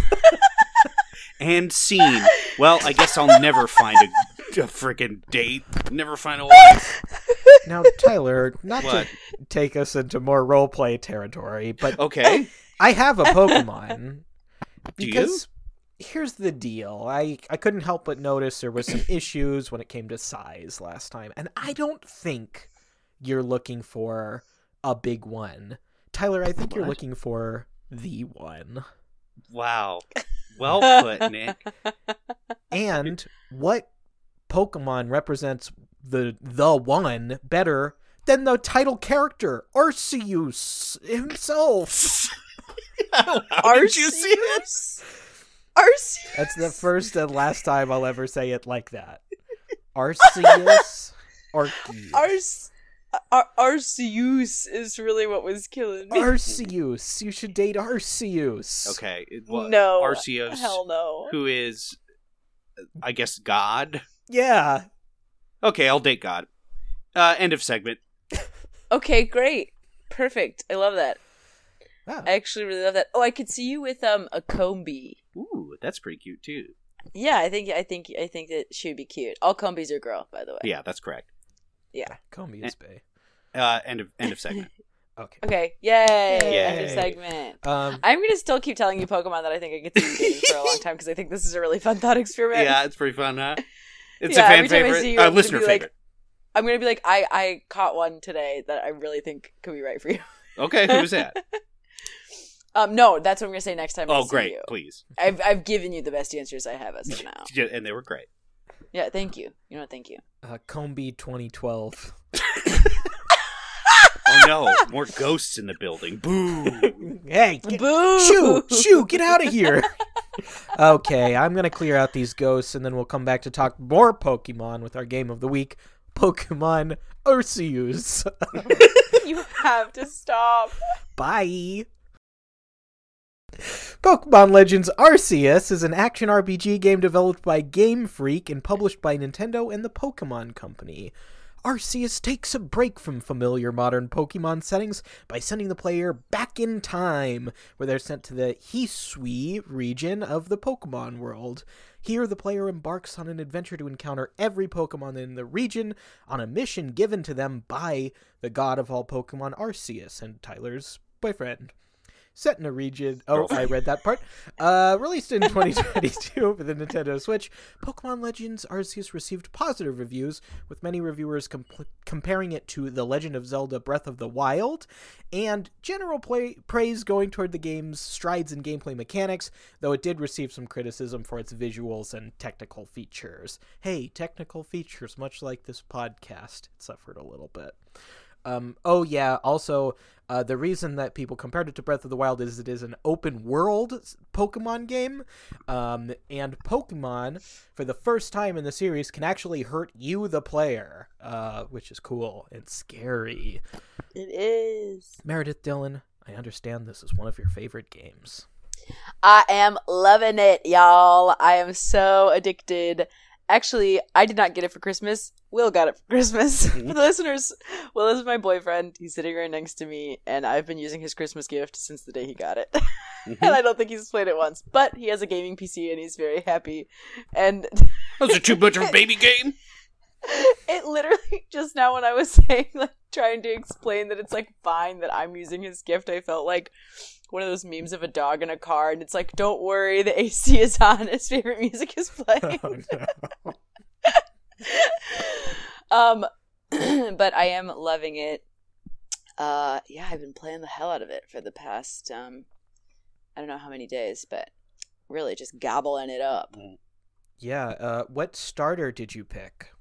And scene. Well, I guess I'll never find a, a freaking date. Never find a one. Now, Tyler, not What? to take us into more roleplay territory, but Okay. I have a Pokemon. Do you? because here's the deal. I, I couldn't help but notice there was some issues when it came to size last time, and I don't think you're looking for a big one. Tyler, I think you're What? looking for the one. Wow. Well put, Nick. And what Pokemon represents the the one better than the title character, Arceus himself? How did you see it? Arceus? Arceus? That's the first and last time I'll ever say it like that. Arceus Arceus. Arce- uh, Ar- Arceus is really what was killing me. Arceus. You should date Arceus. Okay. it- well, no. Arceus, Hell no. who is, I guess, God. Yeah. Okay, I'll date God. Uh, end of segment. Okay, great. Perfect. I love that. Ah. I actually really love that. Oh, I could see you with um a combi. Ooh, that's pretty cute too. Yeah, I think I think I think that she would be cute. All combis are girl, by the way. Yeah, that's correct. Comey is bay. Uh, end of end of segment. Okay. Okay. Yay. Yay. End of segment. Um I'm gonna still keep telling you Pokemon that I think I get to be dating for a long time because I think this is a really fun thought experiment. yeah, it's pretty fun, huh? It's Yeah, a fan every time I see favorite, you, a I'm gonna listener be like- favorite. I'm gonna be like, I I caught one today that I really think could be right for you. Okay, who was that? Um, no, that's what I'm gonna say next time. I oh, see great! you. Please, I've I've given you the best answers I have as of now. Yeah, and they were great. Yeah, thank you. You know, what, thank you. uh, Combi 2012. Oh no, more ghosts in the building. Boo! Hey, get- Boo! Shoo! Shoo! Get out of here! okay, I'm gonna clear out these ghosts, and then we'll come back to talk more Pokemon with our game of the week, Pokemon Arceus. you have to stop. Bye. Pokemon Legends Arceus is an action RPG game developed by Game Freak and published by Nintendo and the Pokemon Company. Arceus takes a break from familiar modern Pokemon settings by sending the player back in time, where they're sent to the Hisui region of the Pokemon world. Here, the player embarks on an adventure to encounter every Pokemon in the region on a mission given to them by the god of all Pokemon, Arceus, and Tyler's boyfriend. Set in a region. Oh, I read that part. Uh, released in 2022 for the Nintendo Switch, Pokemon Legends Arceus received positive reviews, with many reviewers compl comparing it to The Legend of Zelda Breath of the Wild, and general play- praise going toward the game's strides in gameplay mechanics, though it did receive some criticism for its visuals and technical features. Hey, technical features, much like this podcast, it suffered a little bit. Um, oh yeah. Also, uh, the reason that people compared it to Breath of the Wild is it is an open world s- Pokemon game, um, and Pokemon, for the first time in the series, can actually hurt you, the player, uh, which is cool and scary. It is. Meredith Dillon, I understand this is one of your favorite games. I am loving it, y'all. I am so addicted. Actually, I did not get it for Christmas. Will got it for Christmas. for the listeners, Will is my boyfriend. He's sitting right next to me, and I've been using his Christmas gift since the day he got it. Mm-hmm. and I don't think he's played it once, but he has a gaming PC and he's very happy. And Was it too much of a baby game? it literally just now when I was saying like trying to explain that it's like fine that I'm using his gift, I felt like one of those memes of a dog in a car and it's like, Don't worry, the AC is on, his favorite music is playing. Oh, no. um but I am loving it. Uh yeah, I've been playing the hell out of it for the past um I don't know how many days, but really just gobbling it up. Yeah. Uh, what starter did you pick?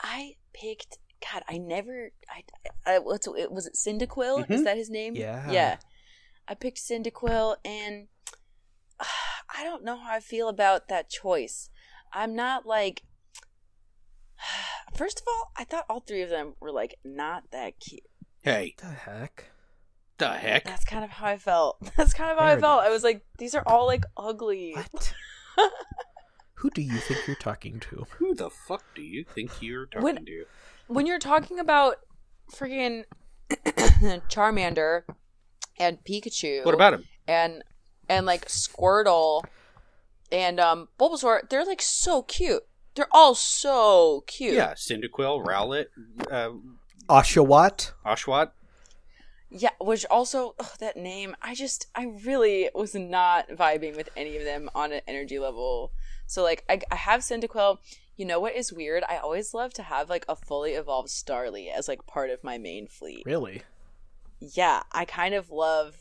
I picked. God, I never. I, I what's it was it Cyndaquil? Is Mhm. that his name? Yeah. Yeah. I picked Cyndaquil, and uh, I don't know how I feel about that choice. I'm not like. First of all, I thought all three of them were like not that cute. Hey, The heck? the heck? That's kind of how I felt. That's kind of how I Fair felt. enough. I was like, these are all like ugly. What? Who do you think you're talking to? Who the fuck do you think you're talking When- to? when you're talking about freaking Charmander and Pikachu. What about him? and and like Squirtle and um Bulbasaur, they're like so cute. They're all so cute. Yeah, Cyndaquil, Rowlet, uh, Oshawott? Oshawott. Yeah, which also ugh, that name, I just I really was not vibing with any of them on an energy level. So like I, I have Cyndaquil. You know what is weird? I always love to have like a fully evolved Starly as like part of my main fleet. Really? yeah, I kind of love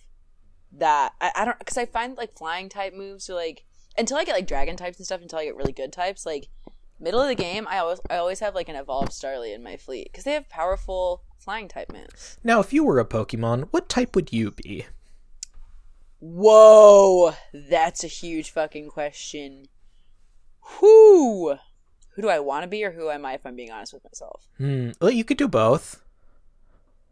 that. I, I don't because I find like flying type moves are like until I get like dragon types and stuff until I get really good types. Like middle of the game, I always I always have like an evolved Starly in my fleet because they have powerful flying type moves. Now, if you were a Pokemon, what type would you be? Whoa, that's a huge fucking question. Who? Who do I want to be, or who am I? If I'm being honest with myself, Hmm. Well, you could do both.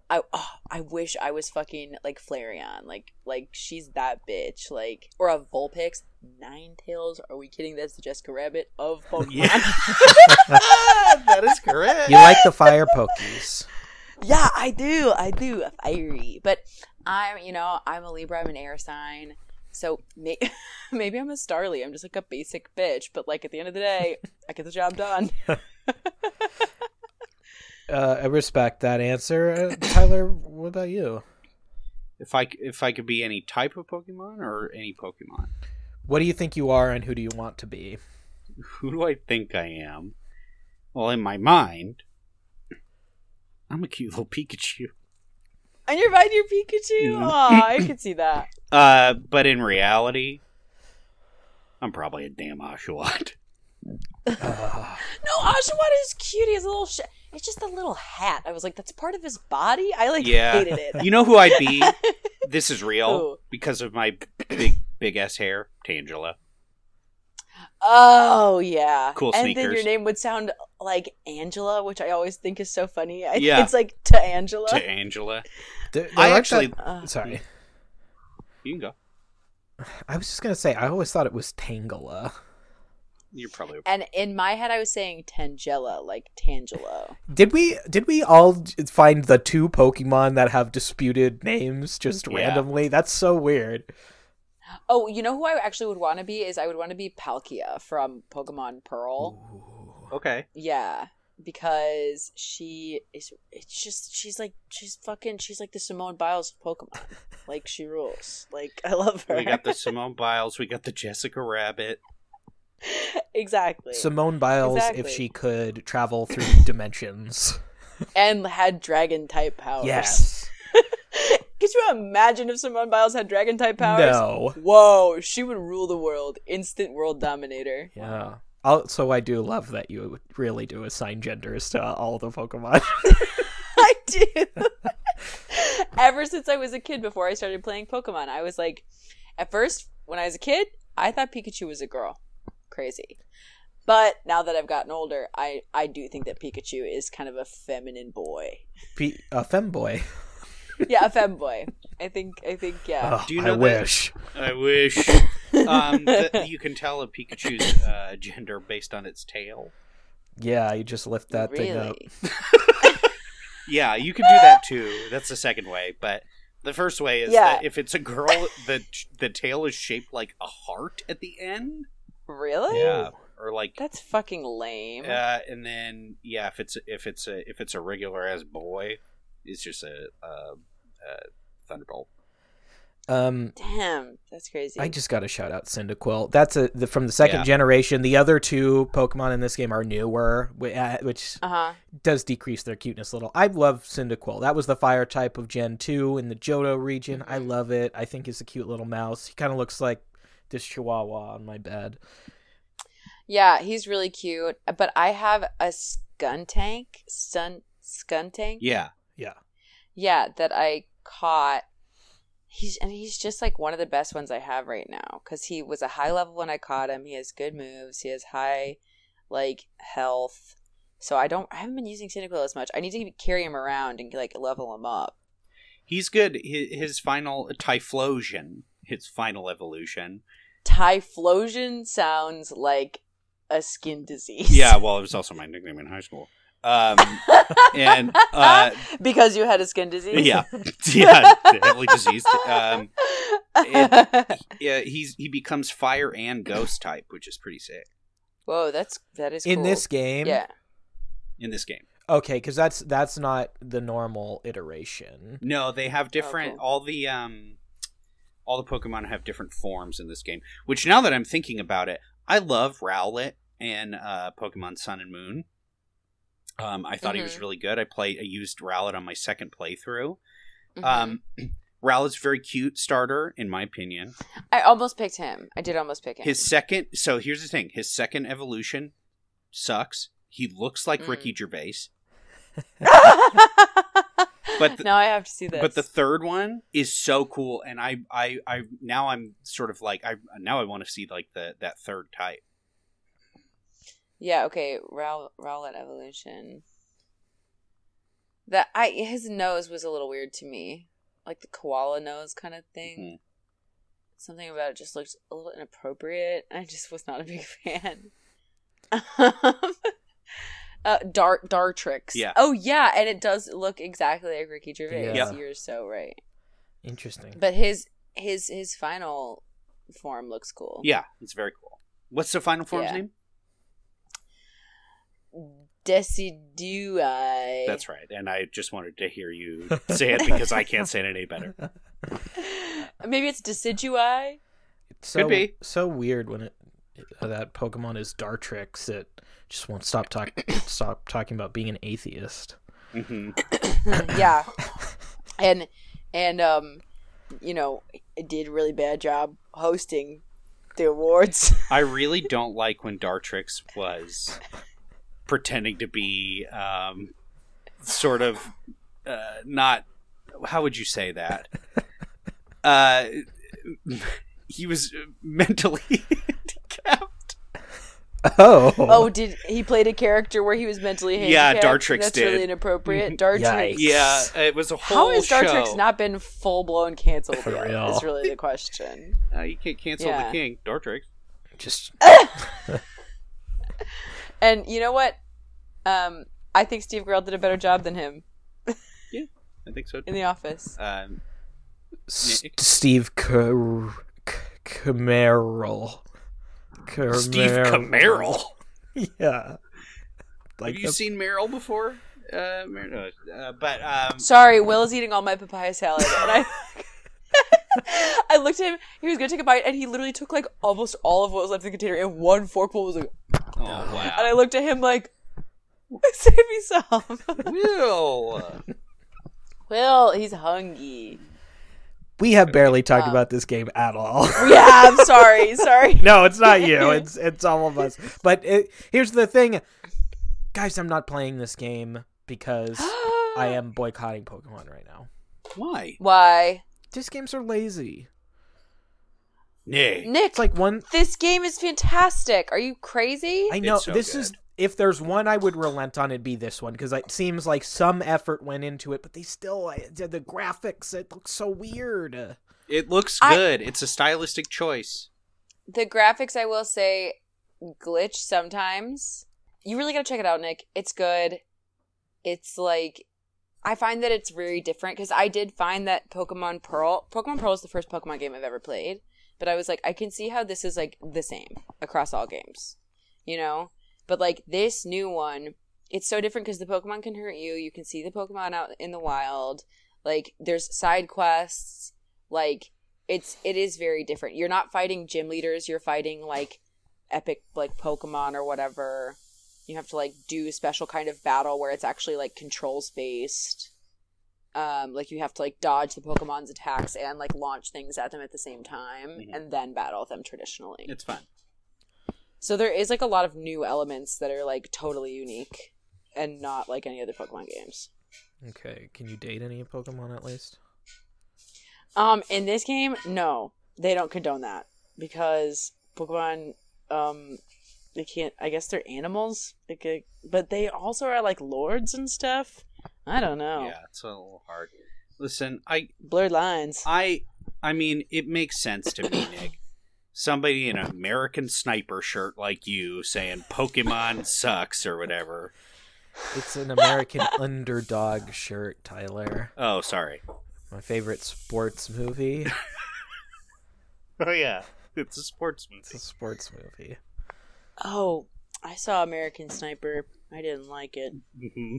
I oh, I wish I was fucking like Flareon, like like she's that bitch, like or a Vulpix, Nine Tails. Are we kidding? That's the Jessica Rabbit of Pokemon. Yeah. that is correct. You like the fire Pokies. I do, I do, a fiery. But I'm, you know, I'm a Libra. I'm an air sign, so may- maybe I'm a Starly. I'm just like a basic bitch, but like at the end of the day, I get the job done. Uh, I respect that answer. Uh, Tyler, what about you? If I c- if I could be any type of Pokemon or any Pokemon, What do you think you are and who do you want to be? who do I think I am? Well, in my mind, I'm a cute little Pikachu. And you're riding your Pikachu. Mhm. Aw, I could see that. Uh, but in reality, I'm probably a damn Oshawott. Uh, No, Oshawott is cute. He has a little. Sh- it's just a little hat. I was like, that's part of his body. I like Yeah. hated it. You know who I'd be? this is real Who? because of my big big ass hair, Tangela. Oh yeah. Cool And then sneakers. your name would sound like Angela, which I always think is so funny. I, Yeah. It's like to Angela. To Angela, they're- they're I like actually Uh, that- Sorry. you can go. I was just going to say, I always thought it was Tangela. You're probably and in my head, I was saying Tangela, like Tangelo. Did we did we all j- find the two Pokemon that have disputed names just Yeah. randomly? That's so weird. Oh, you know who I actually would want to be is I would want to be Palkia from Pokemon Pearl. okay. Yeah, because she is. It's just she's like she's fucking she's like the Simone Biles of Pokemon. like she rules. Like I love her. We got the Simone Biles. We got the Jessica Rabbit. exactly. Simone Biles, if Exactly. she could travel through dimensions. and had dragon type powers. Yes. Could you imagine if Simone Biles had dragon type powers? No. Whoa, she would rule the world. Instant world dominator. Yeah. Also, I do love that you really do assign genders to all the Pokemon. I do. Ever since I was a kid before I started playing Pokemon, I was like, at first, when I was a kid, I thought Pikachu was a girl. Crazy. But now that I've gotten older, I, I do think that Pikachu is kind of a feminine boy. P- a femboy. yeah, a femboy. I think. I think. Yeah. Oh, Do you I know that- wish. I wish. Oh. um, that you can tell a Pikachu's uh, gender based on its tail. Yeah, you just lift that really? thing up. Yeah, you can do that too. That's the second way, but the first way is Yeah. that if it's a girl, the the tail is shaped like a heart at the end. Really? Yeah, or like Oh. That's fucking lame. uh, and then yeah, if it's if it's a if it's a regular ass boy, it's just a, uh uh thunderbolt. Um, Damn, that's crazy. I just got to shout out Cyndaquil. That's a the, from the second Yeah. generation. The other two Pokemon in this game are newer, wh- uh, which Uh huh. does decrease their cuteness a little. I love Cyndaquil. That was the fire type of Gen 2 in the Johto region. I Mhm. love it. I think it's a cute little mouse. He kind of looks like this chihuahua on my bed. Yeah, he's really cute. But I have a skuntank, stun skuntank. Yeah, Yeah, that I caught. He's and he's just like one of the best ones I have right now because he was a high level when I caught him. He has good moves. He has high, like health. So I don't. I haven't been using Cyndaquil as much. I need to carry him around and like level him up. he's good. His, his final uh, Typhlosion, his final evolution. Typhlosion sounds like a skin disease. Yeah, well, it was also my nickname in high school. Um, and uh, because you had a skin disease. yeah, yeah, heavily diseased. Um, it- yeah, he's he becomes fire and ghost type, which is pretty sick Whoa, that's that is In cool. this game, Yeah. in this game. okay, because that's that's not the normal iteration. No, they have different. cool. All the um, all the Pokemon have different forms in this game. Which now that I'm thinking about it, I love Rowlet and uh, Pokemon Sun and Moon. Um, I thought he was Mhm. really good. I played. I used Rowlet on my second playthrough. Mhm. Um, Rowlet's a very cute starter, in my opinion. I almost picked him. I did almost pick him. His second, so here's the thing: his second evolution sucks. He looks like Mm. Ricky Gervais, but the- now I have to see this. but the third one is so cool, and I, I, I now I'm sort of like I now I want to see like the that third type. yeah, okay, Row- Rowlet evolution. That I his nose was a little weird to me, like the koala nose kind of thing. Mhm. Something about it just looked a little inappropriate. I just was not a big fan. Um, uh, Dar Dartrix. Yeah. Oh yeah, and it does look exactly like Ricky Gervais. Yeah. You're so right. Interesting. But his his his final form looks cool. Yeah, it's very cool. What's the final form's Yeah. name? Decidui. That's right. And I just wanted to hear you say it because I can't say it any better. Maybe it's Decidui. so, Could be. so weird when it that Pokemon is Dartrix. It just won't stop talk stop talking about being an atheist. hmm yeah. And and um you know, it did a really bad job hosting the awards. I really don't like when Dartrix was pretending to be um, sort of uh, not. How would you say that? Uh, he was mentally handicapped. Oh, oh, did he played a character where he was mentally Yeah, handicapped? Dartrix That's did. really inappropriate. Dartrix. Mm-hmm. Yikes. Yeah, it was a whole How has Dartrix show. not been full blown canceled For yet? real. Is really the question. Uh, you can't cancel Yeah. the king, Dartrix. just And you know what? Um, I think Steve Carell did a better job than him I think so. in Too. The Office. Um, S- Nick? Steve Car- C- Camerl. Camerl. Steve Camerl. Yeah. Like uh, Have you the- seen Meryl before? Uh, Meryl, no, uh, but um, Sorry, Will is eating all my papaya salad, and I. I looked at him. He was gonna take a bite, and he literally took like almost all of what was left in the container in one forkful. Was like, oh wow. and I looked at him like, "Save me some." Will. Will, he's hungry. we have barely talked Um, about this game at all. Yeah, I'm sorry, sorry. no, it's not you. It's it's all of us. But it, here's the thing, guys. I'm not playing this game because I am boycotting Pokemon right now. Why? Why, These games are lazy. Nay. Nick? It's like one. this game is fantastic. Are you crazy? I know so this is if there's one I would relent on, it'd be this one because it seems like some effort went into it, but they still I- the the graphics it looks so weird. It looks I- good. It's a stylistic choice. The graphics, I will say, glitch sometimes. You really got to check it out, Nick. It's good. It's like, I find that it's very different because I did find that Pokemon Pearl, Pokemon Pearl is the first Pokemon game I've ever played, but I was like, I can see how this is like the same across all games, you know? But like this new one, it's so different because the Pokemon can hurt you. You can see the Pokemon out in the wild. Like, there's side quests. Like, it's it is very different. You're not fighting gym leaders, you're fighting like epic like Pokemon or whatever. You have to like do a special kind of battle where it's actually like controls based. Um, like you have to like dodge the Pokemon's attacks and like launch things at them at the same time Mhm. and then battle them traditionally. It's fun. so there is like a lot of new elements that are like totally unique and not like any other Pokemon games. Okay, can you date any Pokemon at least? Um, in this game, no, they don't condone that because Pokemon, um, they can't. I guess they're animals, they could, but they also are like lords and stuff. I don't know. Yeah, it's a little hard. Listen, I Blurred lines. I I mean, it makes sense to me, Nick. Somebody in an American sniper shirt like you saying Pokemon sucks or whatever. It's an American underdog shirt, Tyler. Oh, sorry. My favorite sports movie. Oh yeah. It's a sports It's a sports movie. Oh, I saw American Sniper. I didn't like it, hmm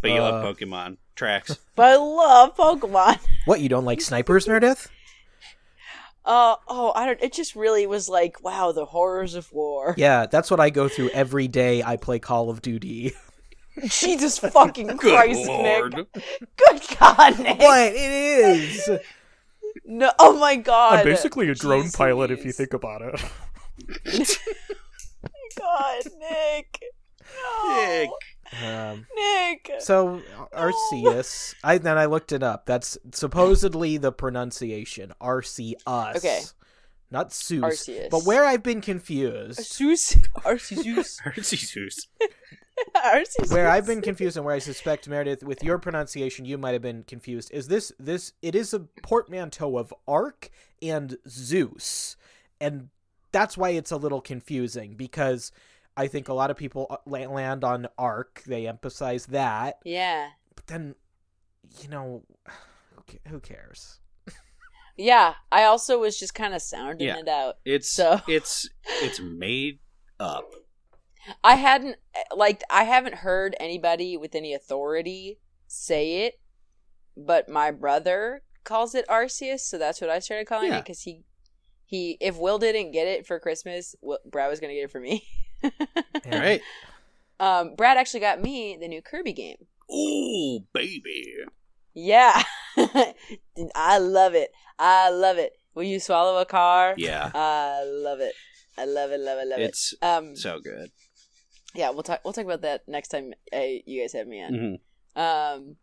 But you love Uh. Pokemon tracks. but I love Pokemon. What you don't like snipers, Meredith? Uh oh, I don't. It just really was like, wow, the horrors of war. Yeah, that's what I go through every day. I play Call of Duty. Jesus fucking Good Christ, lord. Nick. Good God, Nick. But it is. No, oh my God. a drone Jeez pilot if you Louise. think about it. God, Nick. No. Nick. Um, Nick. so Arceus, I then I looked it up. That's supposedly the pronunciation Arceus. Okay. Not Zeus. Arceus. But where I've been confused, Zeus. Arceus. Arceus. Arceus. where I've been confused, and where I suspect Meredith, with your pronunciation, you might have been confused. Is this this? It is a portmanteau of Arc and Zeus, and that's why it's a little confusing because I think a lot of people uh, la- land on Arc. They emphasize that, Yeah. but then you know who ca- who cares Yeah. I also was just kind of sounding Yeah. it out. It's So- it's it's made up. I hadn't, like, I haven't heard anybody with any authority say it, but my brother calls it Arceus, so that's what I started calling Yeah. it because he, he, if Will didn't get it for Christmas, Will, Brad was going to get it for me. Man, Right? um, Brad actually got me the new Kirby game. Ooh, baby. Yeah. I love it. I love it. Will you swallow a car? Yeah. I love it. I love it, love it, love It's it. Um so good. yeah, we'll talk we'll talk about that next time I, you guys have me on. Mhm. Um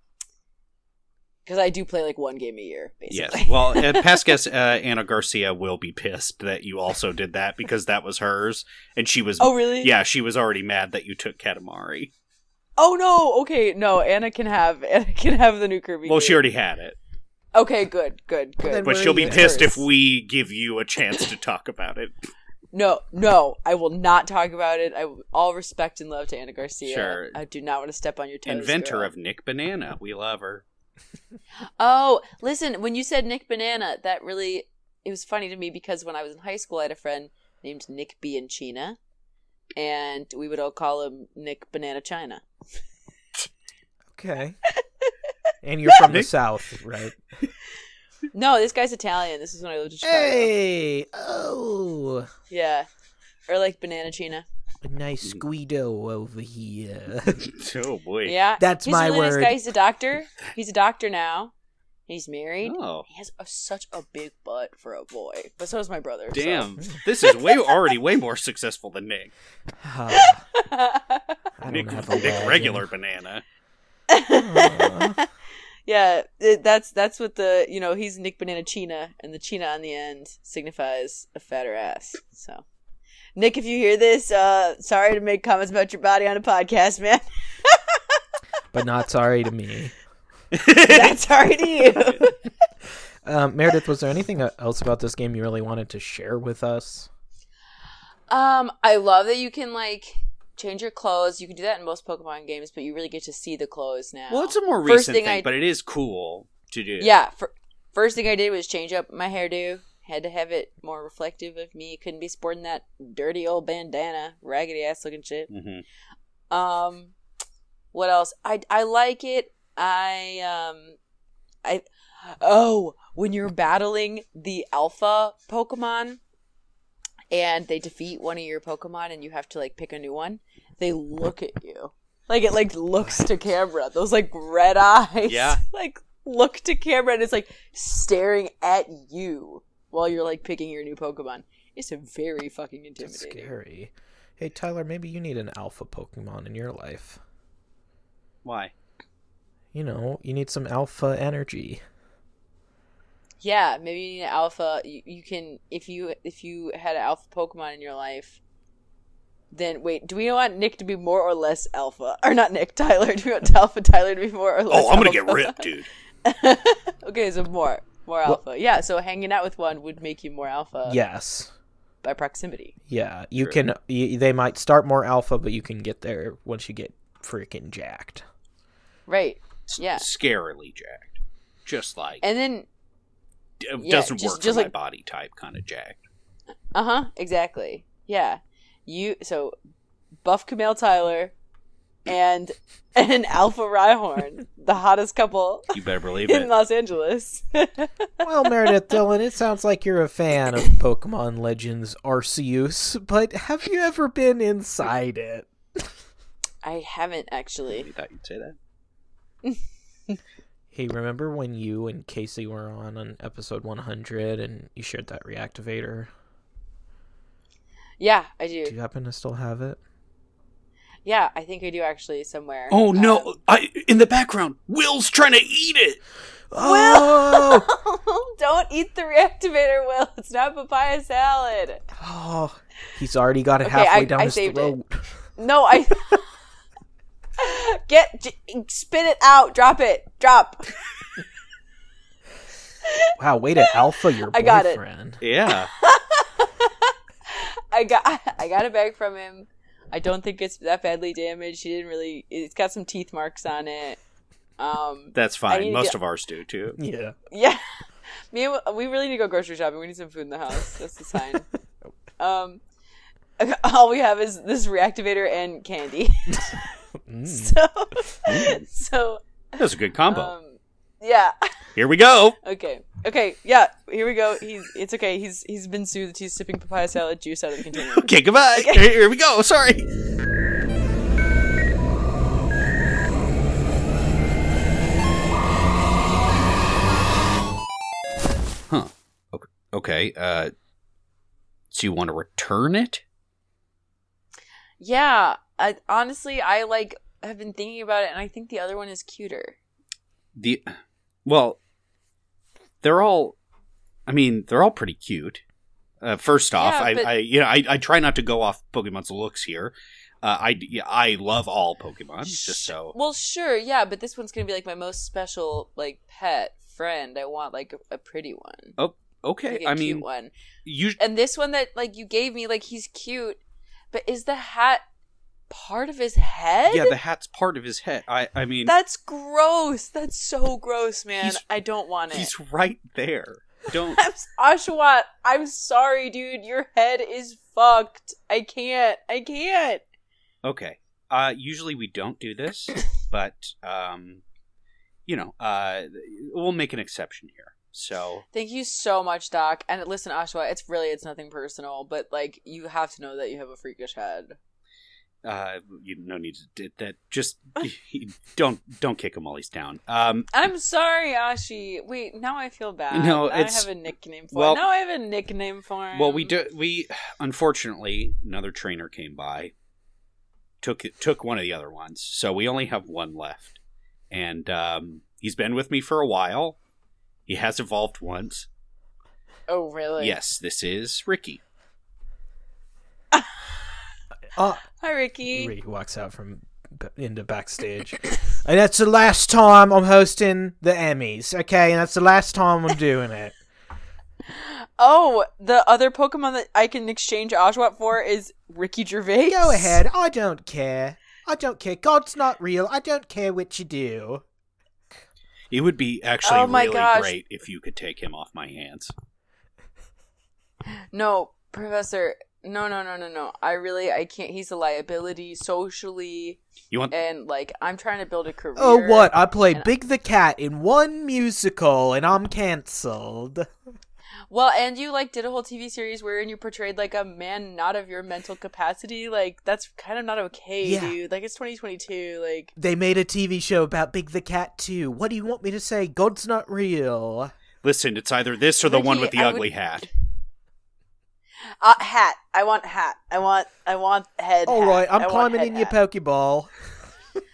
cuz I do play like one game a year Yes. basically. Well, and past guest uh, Anna Garcia will be pissed that you also did that because that was hers, and she was. oh really? Yeah, she was already mad that you took Katamari. Oh no. Okay, no. Anna can have Anna can have the new Kirby. Well, game. she already had it, Okay, good. Good. Well, then Good. but Where she'll be you- pissed if Hers. we give you a chance to talk about it. No, no, I will not talk about it. I all respect and love to Anna Garcia. Sure. I do not want to step on your toes. Inventor girl. of Nick Banana, we love her. Oh, listen, when you said Nick Banana, that really it was funny to me because when I was in high school I had a friend named Nick Bianchina and we would all call him Nick Banana China. okay and you're from the Nick- south right No, this guy's Italian. This is when I lived in Chicago. hey oh Yeah. Or like Banana China. a nice guido over here Oh boy. Yeah. That's He's my a really word. nice guy. He's a doctor. He's a doctor now. He's married. Oh He has a, such a big butt for a boy. But so does my brother. so- damn! This is way already way more successful than Nick. Ah, I don't Nick, have a Nick wagon. regular banana. Aw. yeah, it, that's that's what the you know he's Nick Banana China, and the China on the end signifies a fatter ass. So, Nick, if you hear this, uh, sorry to make comments about your body on a podcast, man. but not sorry to me. That's sorry to you. Um, Meredith, was there anything else about this game you really wanted to share with us? Um, I love that you can like change your clothes. You can do that in most Pokemon games, but you really get to see the clothes now. Well, it's a more First recent thing thing, I- but it is cool to do. yeah. fir- first thing I did was change up my hairdo. Had to have it more reflective of me. Couldn't be sporting that dirty old bandana, raggedy ass looking shit. hmm Um, what else? I I like it. I um, I oh, when you're battling the alpha Pokemon, and they defeat one of your Pokemon, and you have to like pick a new one, they look at you. Like it like looks to camera. Those like red eyes. Yeah. like look to camera, and it's like staring at you while you're like picking your new Pokemon. It's very fucking That's intimidating. scary. Hey, Tyler, maybe you need an alpha Pokemon in your life. Why? You know, you need some alpha energy. Yeah, maybe you need an alpha. You, you can if you if you had an alpha Pokemon in your life. Then wait, do we want Nick to be more or less alpha, or not Nick Tyler? Do we want Alpha Tyler to be more or less? Oh, I'm gonna get alpha? ripped, dude. okay, so more, more alpha. Yeah, so hanging out with one would make you more alpha yes. by proximity. Yeah, you True. can. You, they might start more alpha, but you can get there once you get freaking jacked. Right, yeah. Scarily jacked, just like and then d- it yeah, doesn't just- work just for my like- body type kind of jacked. Uh huh. Exactly. Yeah. You so buff Camille Tyler and and Alpha Rhyhorn, the hottest couple You better believe in it. Los Angeles. Well, Meredith Dillon, it sounds like you're a fan of Pokemon Legends Arceus, but have you ever been inside it? I haven't actually. You thought you'd say that. Hey, remember when you and Casey were on on episode 100 and you shared that reactivator? Yeah, I Do do. you happen to still have it? Yeah, I think I do actually somewhere. Oh no! Um, I in the background, Will's trying to eat it. Oh, Don't eat the reactivator, Will. It's not papaya salad. oh he's already got it Okay, halfway I- down I his saved it. throat. No, I get j- spit it out. Drop it. Drop. Wow, way to alpha your I boyfriend. got it. Yeah, I got I got it back from him. I don't think it's that badly damaged. He didn't really. It's got some teeth marks on it. Um. that's need fine. to Most get- of ours do too. Yeah. Yeah. Me and we really need to go grocery shopping. We need some food in the house. That's the sign. um. All we have is this reactivator and candy. Hmm. Mm. so. so. That's a good combo. Um. Yeah. Here we go. Okay. Okay. Yeah. Here we go. He's. It's okay. He's. He's been soothed. He's sipping papaya salad juice out of the container. Okay, goodbye. Here here we go. Sorry. Huh. O- Okay. Uh, so you want to return it? Yeah, I, honestly, I like have been thinking about it, and I think the other one is cuter. The well, they're all. I mean, they're all pretty cute. Uh, first off, Yeah, I, but- I you know I, I try not to go off Pokemon's looks here. Uh, I yeah, I love all Pokemon. Just so Well, sure, yeah, but this one's gonna be like my most special, like pet friend. I want like a, a pretty one, okay. like, a I cute mean, one. you And this one that like you gave me, like he's cute, but is the hat part of his head? Yeah, the hat's part of his head. I I mean, That's gross. That's so gross, man. He's- I don't want it. he's right there. Don't. I'm s- Oshawott, I'm sorry, dude. Your head is fucked. I can't. I can't. Okay. Uh, usually we don't do this, but um, you know, uh, we'll make an exception here. So Thank you so much, Doc. And listen, Ashwa, it's really it's nothing personal, but like you have to know that you have a freakish head. uh, you no need to do that. Just don't don't kick him while he's down. Um, I'm sorry, Ashi. Wait, now I feel bad. No, Now it's- I have a nickname for well- him. Now I have a nickname for him. well, we do. We unfortunately another trainer came by, took took one of the other ones. So we only have one left, and um, he's been with me for a while. He has evolved once. Oh, really? Yes, this is Ricky. Uh, Hi, Ricky. Ricky walks out from b- into backstage. and that's the last time I'm hosting the Emmys, okay? And that's the last time I'm doing it. Oh, the other Pokemon that I can exchange Oshawott for is Ricky Gervais. Go ahead. I don't care. I don't care. God's not real. I don't care what you do. It would be actually Oh my really gosh. great if you could take him off my hands. No, Professor. No, no, no, no, no. I really, I can't. He's a liability socially, You want? and like, I'm trying to build a career. Oh, what? I played And- Big the Cat in one musical and I'm cancelled. Well, and you like did a whole TV series wherein you portrayed like a man not of your mental capacity. Like, that's kind of not okay, Yeah. dude. Like, it's 2022. Like, They made a TV show about Big the Cat too. What do you want me to say? God's not real. Listen, it's either this or the one Ricky, with the I would- ugly hat. uh, hat. I want hat. I want. I want head. All hat. right, I I'm want climbing head in your hat. Pokeball.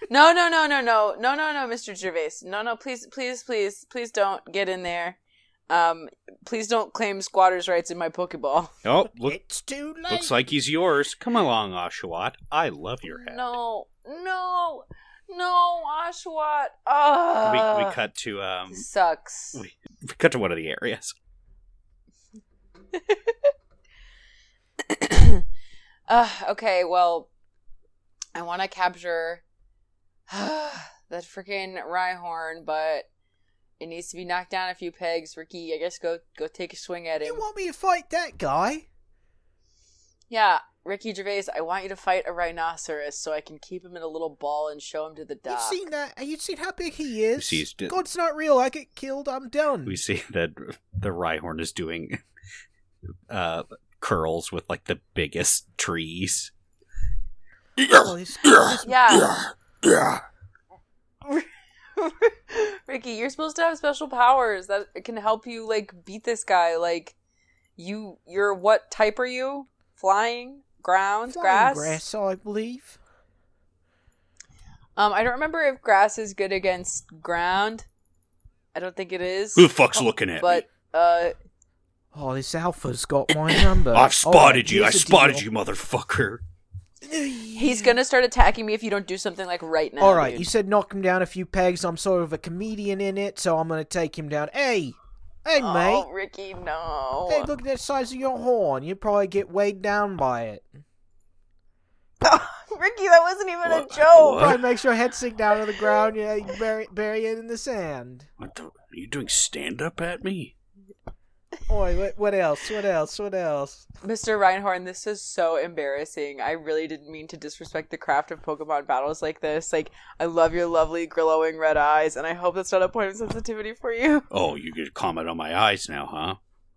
No, no, no, no, no, no, no, no, Mr. Gervais. No, no, please, please, please, please don't get in there. Um, please don't claim squatters' rights in my Pokeball. Oh, look, it's too late. looks like he's yours. Come along, Oshawott. I love your hat. No, no, no, Oshawott. We, Ugh. we cut to um, uh, This sucks. we cut to one of the areas. Ugh, okay, well, I want to capture that freaking Rhyhorn, but it needs to be knocked down a few pegs. Ricky, I guess go go take a swing at him. You want me to fight that guy? Yeah, Ricky Gervais, I want you to fight a rhinoceros so I can keep him in a little ball and show him to the doc. You've seen that? You've seen how big he is. see his di- God's not real. I get killed. I'm done. We see that the Rhyhorn is doing uh, curls with like the biggest trees. Well, he's- he's- Yeah. Ricky, you're supposed to have special powers that can help you like beat this guy. Like you you're what type are you? Flying? Ground? flying grass? grass, I believe. Um I don't remember if grass is good against ground. I don't think it is. Who the fuck's looking at but uh Oh, this alpha's got my number. Oh, me? I've spotted you. I spotted you. you, motherfucker. he's gonna start attacking me if you don't do something like right now. All right, dude. you said knock him down a few pegs. I'm sort of a comedian in it, so I'm gonna take him down. Hey, hey, Oh, mate. Ricky, no. Hey, look at the size of your horn. You probably get weighed down by it. Ricky, that wasn't even What? a joke. What? Probably makes your head sink down to the ground. Yeah, you bury, bury it in the sand. What the, are you doing stand up at me? Oi, what, what else? What else? What else? Mr. Reinhorn, this is so embarrassing. I really didn't mean to disrespect the craft of Pokemon battles like this. Like, I love your lovely glowing red eyes, and I hope that's not a point of sensitivity for you. Oh, you're gonna comment on my eyes now, huh?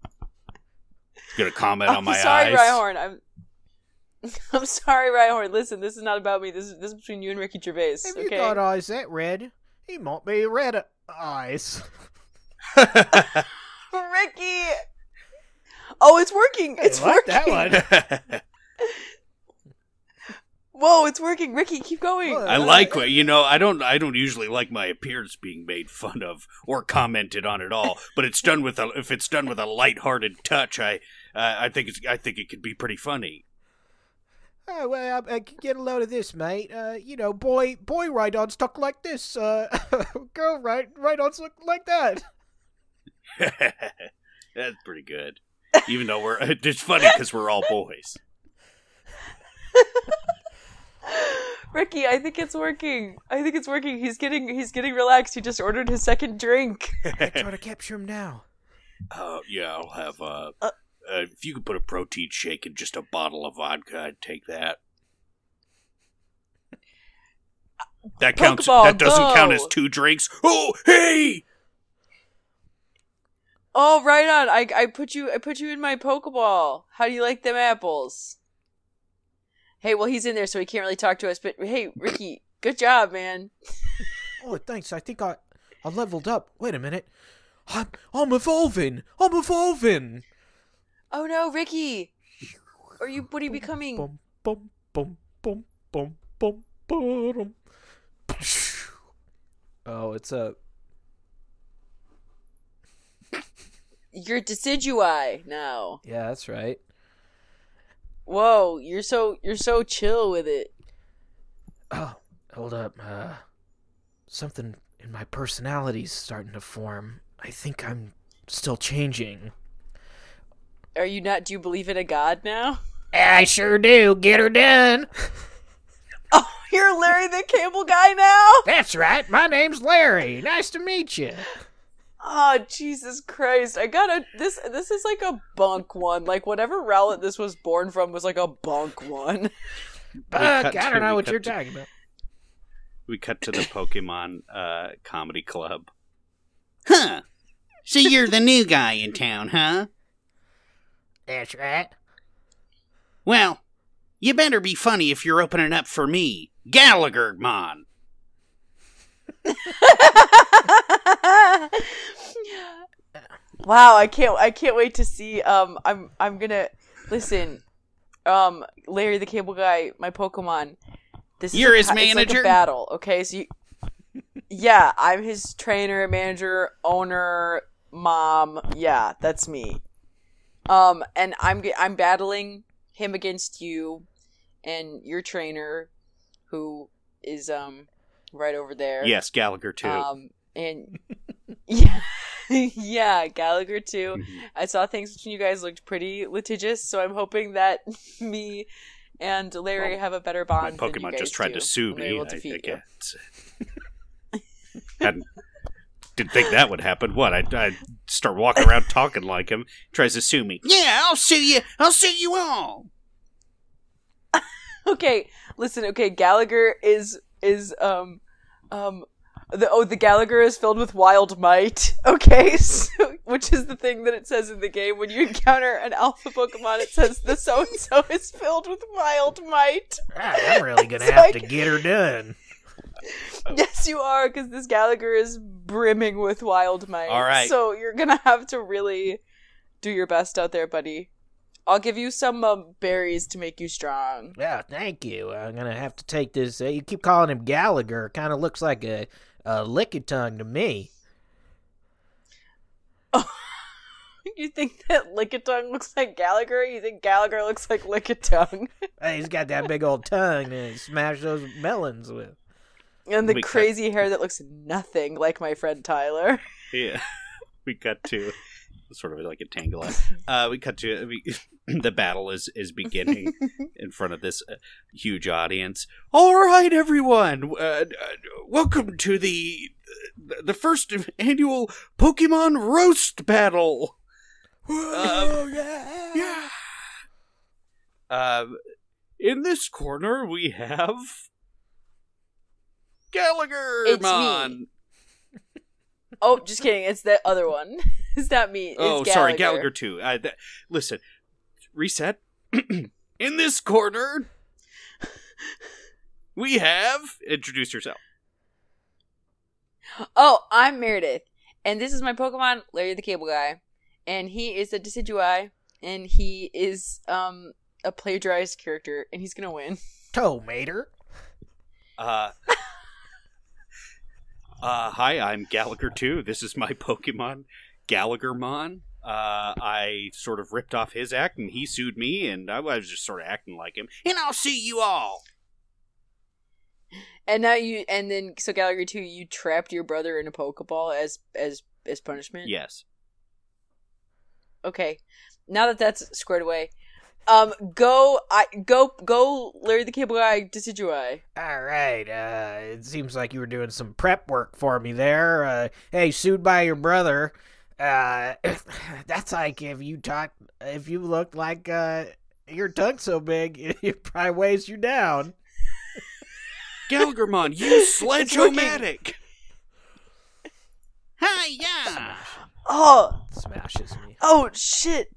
You gonna comment on I'm my sorry, eyes? Reinhorn. I'm I'm sorry, Reinhorn. Listen, this is not about me. This is this is between you and Ricky Gervais. Have okay. you got eyes that red? He might be red eyes. Ricky. Oh, it's working. It's like working. that one. Whoa, it's working. Ricky, keep going. Whoa. I like what you know. I don't. I don't usually like my appearance being made fun of or commented on at all. But it's done with a. If it's done with a lighthearted touch, I. Uh, I think it's. I think it could be pretty funny. Oh well, I, I can get a load of this, mate. Uh, you know, boy, boy, Rhydons talk like this. Uh, girl, right, Rhydons look like that. That's pretty good. Even though we're, it's funny because we're all boys. Ricky, I think it's working. I think it's working. He's getting he's getting relaxed. He just ordered his second drink. Try to capture him now. Uh, yeah, I'll have uh, uh, Uh, if you could put a protein shake in just a bottle of vodka, I'd take that. That counts. Pokeball, that doesn't count go. as two drinks. Oh, hey! Oh, right on. I I put you I put you in my Pokeball. How do you like them apples? Hey, well he's in there so he can't really talk to us, but hey, Ricky, good job, man. Oh, thanks. I think I, I leveled up. Wait a minute. I'm, I'm evolving. I'm evolving. Oh no, Ricky. Are you what are you becoming? Bum bum bum bum bum bum bum. Oh, it's a You're Decidueye now. yeah. That's right. Whoa, you're so you're so chill with it. Oh, hold up. Uh, something in my personality's starting to form. I think I'm still changing. Are you not? Do you believe in a god now? I sure do. Get her done. Oh, you're Larry the Cable Guy now. That's right. My name's Larry. Nice to meet you. Oh Jesus Christ! I gotta this. This is like a bunk one. Like whatever rowlet this was born from was like a bunk one. Buck, cut I to- don't know we what cut you're to- talking about. We cut to the Pokemon uh, comedy club. Huh. So you're the new guy in town, huh? That's right. Well, you better be funny if you're opening up for me, Gallagher Mon. wow, I can't. I can't wait to see. Um, I'm. I'm gonna listen. Um, Larry the Cable Guy, my Pokemon. This You're is his a, co- it's like a manager? battle. Okay, so you, yeah, I'm his trainer, manager, owner, mom. Yeah, that's me. Um, and I'm ge- I'm battling him against you, and your trainer, who is um right over there. Yes, Gallagher too. Um, and yeah, yeah, Gallagher too. I saw things between you guys looked pretty litigious, so I'm hoping that me and Larry Well, have a better My bond. than you Pokemon guys just tried do, to sue and they me. will I, I defeat you. guess. Hadn't- didn't think that would happen. What? I I start walking around talking like him. Tries to sue me. Yeah, I'll sue you. I'll sue you all. Okay, listen. Okay, Gallagher is is um um. The, oh, the Gallagher is filled with wild might. Okay, so, which is the thing that it says in the game. When you encounter an alpha Pokemon, it says the so and so is filled with wild might. Right, I'm really gonna It's have like- to get her done. Yes, you are, because this Gallagher is brimming with wild might. All right. So you're gonna have to really do your best out there, buddy. I'll give you some uh, berries to make you strong. Yeah, thank you. I'm gonna have to take this. Uh, you keep calling him Gallagher. Kind of looks like a, a licky tongue to me. You think that Lickitung looks like Gallagher? You think Gallagher looks like Lickitung? Hey, he's got that big old tongue to smash those melons with. And the We cut- crazy hair that looks nothing like my friend Tyler. Yeah, we cut to sort of like a tangle. Uh, we cut to we, the battle is is beginning in front of this uh, huge audience. All right, everyone, uh, uh, welcome to the uh, the first annual Pokemon roast battle. Um, yeah. Um, in this corner we have Gallagher. It's me. Oh, just kidding. It's that other one. It's not me. It's Oh, sorry, Gallagher too. I, th- listen, reset. In this corner, we have introduce yourself. Oh, I'm Meredith, and this is my Pokemon, Larry the Cable Guy, and he is a Decidueye, and he is um a plagiarized character, and he's gonna win. Toe mater. Uh, uh, hi, I'm Gallagher too. This is my Pokemon, Gallaghermon. Uh, I sort of ripped off his act, and he sued me, and I was just sort of acting like him. And I'll sue you all. And now you, and then so Gallagher too, you trapped your brother in a Pokeball as as as punishment. Yes. Okay. Now that that's squared away, um, go I go go Larry the Cable Guy Decidueye. All right. Uh, it seems like you were doing some prep work for me there. Uh, hey, sued by your brother. Uh, that's like if you talk, if you look like uh, your tongue's so big, it probably weighs you down. Gallaghermon, you sledge-o-matic. sledge-o-matic. Hi, yeah. Oh Smashes me. oh shit!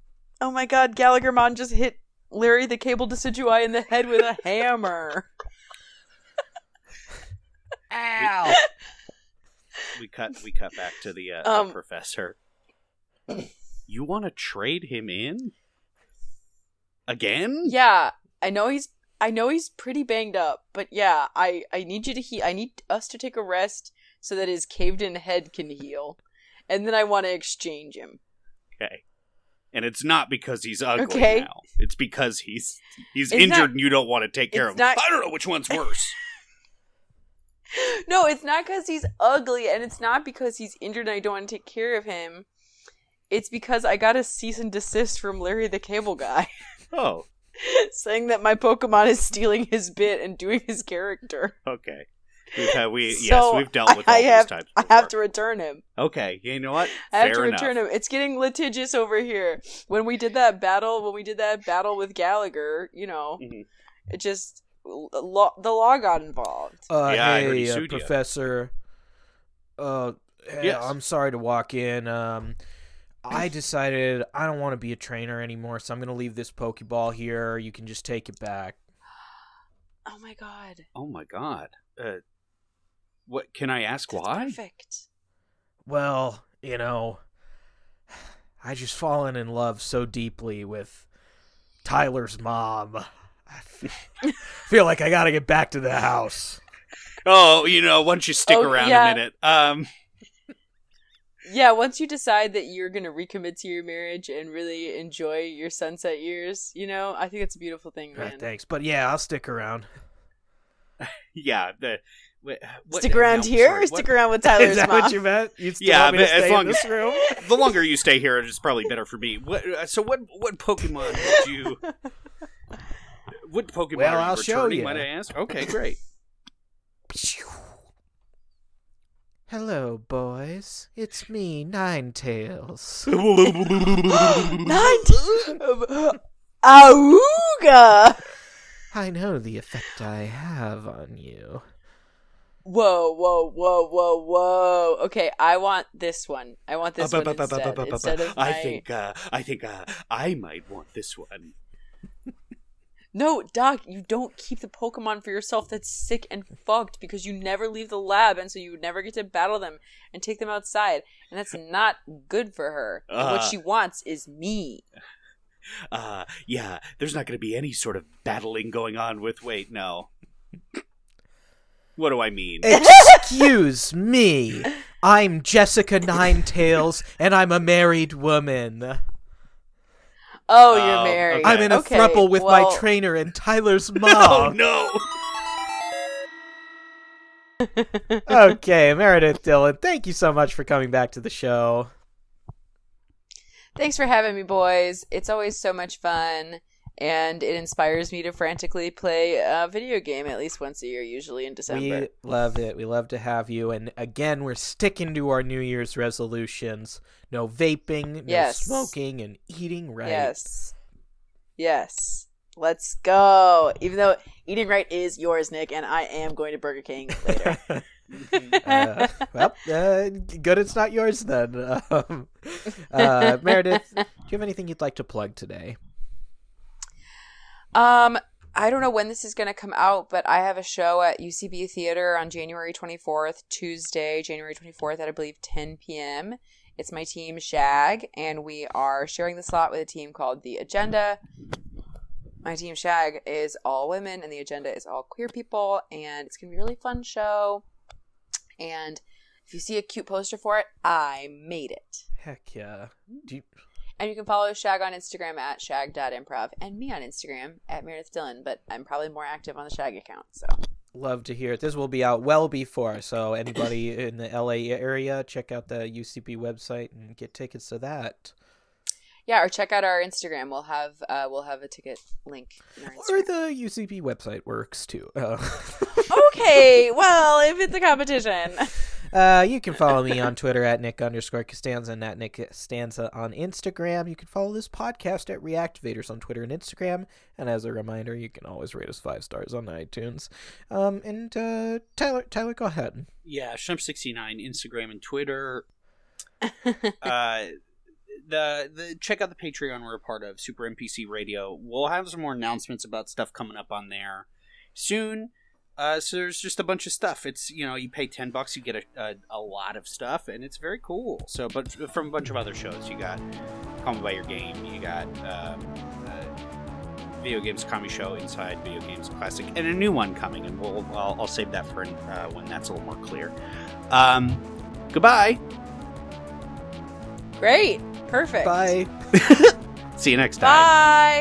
Oh my God, Gallagher Mon just hit Larry the Cable Decidueye in the head with a hammer. Ow! we cut we cut back to the, uh, Um, the professor. You want to trade him in again? Yeah, I know he's I know he's pretty banged up, but yeah, I I need you to heal. I need us to take a rest so that his caved in head can heal, and then I want to exchange him. Okay. and it's not because he's ugly Okay. now. It's because he's he's It's injured not- and you don't want to take care of it's him. not- I don't know which one's worse. No, it's not because he's ugly, and it's not because he's injured and I don't want to take care of him. It's because I got a cease and desist from Larry the Cable Guy oh, saying that my Pokemon is stealing his bit and doing his character. okay. We've had, we yes, So, we've dealt with all I have- these types. I have to return him. Okay, you know what? I have Fair to enough. return him. It's getting litigious over here. When we did that battle, when we did that battle with Gallagher, you know, Mhm. it just lo- the law got involved. Uh, Yeah, I heard he hey, uh, sued ya. Professor. Uh, hey, Yes. I'm sorry to walk in. Um, I decided I don't want to be a trainer anymore, so I'm gonna leave this Pokeball here. You can just take it back. Oh my god, Oh my god. Uh, what can I ask? that's Why? perfect. Well, you know, I just fallen in love so deeply with Tyler's mom. I f- feel like I gotta get back to the house. Oh, you know, once you stick Oh, around yeah. a minute. Um, Yeah, once you decide that you're going to recommit to your marriage and really enjoy your sunset years, you know, I think it's a beautiful thing, Uh, man. thanks, but yeah, I'll stick around. yeah. The, wha- what- stick around no, here sorry, or what- stick around with Tyler's Is that mom? what you meant? You still Yeah, want me to but as stay in long as- this room? The longer you stay here, it's probably better for me. What, uh, so, what what Pokemon would you? What Pokemon Well, are you I'll show returning, ya. Might I ask? Okay, great. Hello, boys. It's me, Ninetales. Not Auga. I know the effect I have on you. Whoa, whoa, whoa, whoa, whoa. Okay, I want this one. I want this one instead. Instead of I my- think uh, I think uh, I might want this one. No, Doc, you don't keep the Pokemon for yourself. That's sick and fucked because you never leave the lab, and so you would never get to battle them and take them outside, and that's not good for her. And what Uh. she wants is me. Uh, yeah, there's not going to be any sort of battling going on with. Wait, no. what do I mean? Excuse me. I'm Jessica Ninetales, and I'm a married woman. Oh, you're Um, married. I'm in a okay, thruple with well, my trainer and Tyler's Oh mom. no! okay, Meredith Dillon, thank you so much for coming back to the show. Thanks for having me, boys. It's always so much fun, and it inspires me to frantically play a video game at least once a year, usually in December. We love it. We love to have you. And again, we're sticking to our New Year's resolutions. No vaping, no Yes. smoking, and eating right. Yes. Yes. Let's go. Even though eating right is yours, Nick, and I am going to Burger King later. uh, well, uh, good it's not yours then. Um, uh, Meredith, do you have anything you'd like to plug today? um, I don't know when this is going to come out, but I have a show at UCB Theater on January 24th, Tuesday, January 24th at I believe 10 p.m. It's my team Shag, and we are sharing the slot with a team called The Agenda. My team Shag is all women, and The Agenda is all queer people, and it's gonna be a really fun show. And if you see a cute poster for it, I made it. Heck yeah. Do you, And you can follow Shag on Instagram at shag.improv and me on Instagram at Meredith Dillon, but I'm probably more active on the Shag account. So love to hear it. This will be out well before, so anybody in the LA area, check out the UCB website and get tickets to that. yeah, or check out our Instagram. We'll have uh, we'll have a ticket link. In our Or Instagram. the UCB website works too. Uh, okay, well, if it's a competition, Uh, you can follow me on Twitter at Nick underscore Costanza and at Nick Stanza on Instagram. You can follow this podcast at Reactivators on Twitter and Instagram. And as a reminder, you can always rate us five stars on iTunes. Um, and uh, Tyler, Tyler, go ahead. Yeah, Shemp69, Instagram and Twitter. uh, the the check out the Patreon we're a part of, Super NPC Radio. We'll have some more announcements about stuff coming up on there soon. Uh, so there's just a bunch of stuff. It's you know you pay ten bucks, you get a, a, a lot of stuff, and it's very cool. So, but from a bunch of other shows, you got Call Me by Your Game, you got um, uh, Video Games Comedy Show, Inside Video Games Classic, and a new one coming. And we'll I'll, I'll save that for uh, when that's a little more clear. Um, goodbye. great, perfect. Bye. See you next time.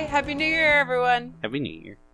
Bye. Happy New Year, everyone. Happy New Year.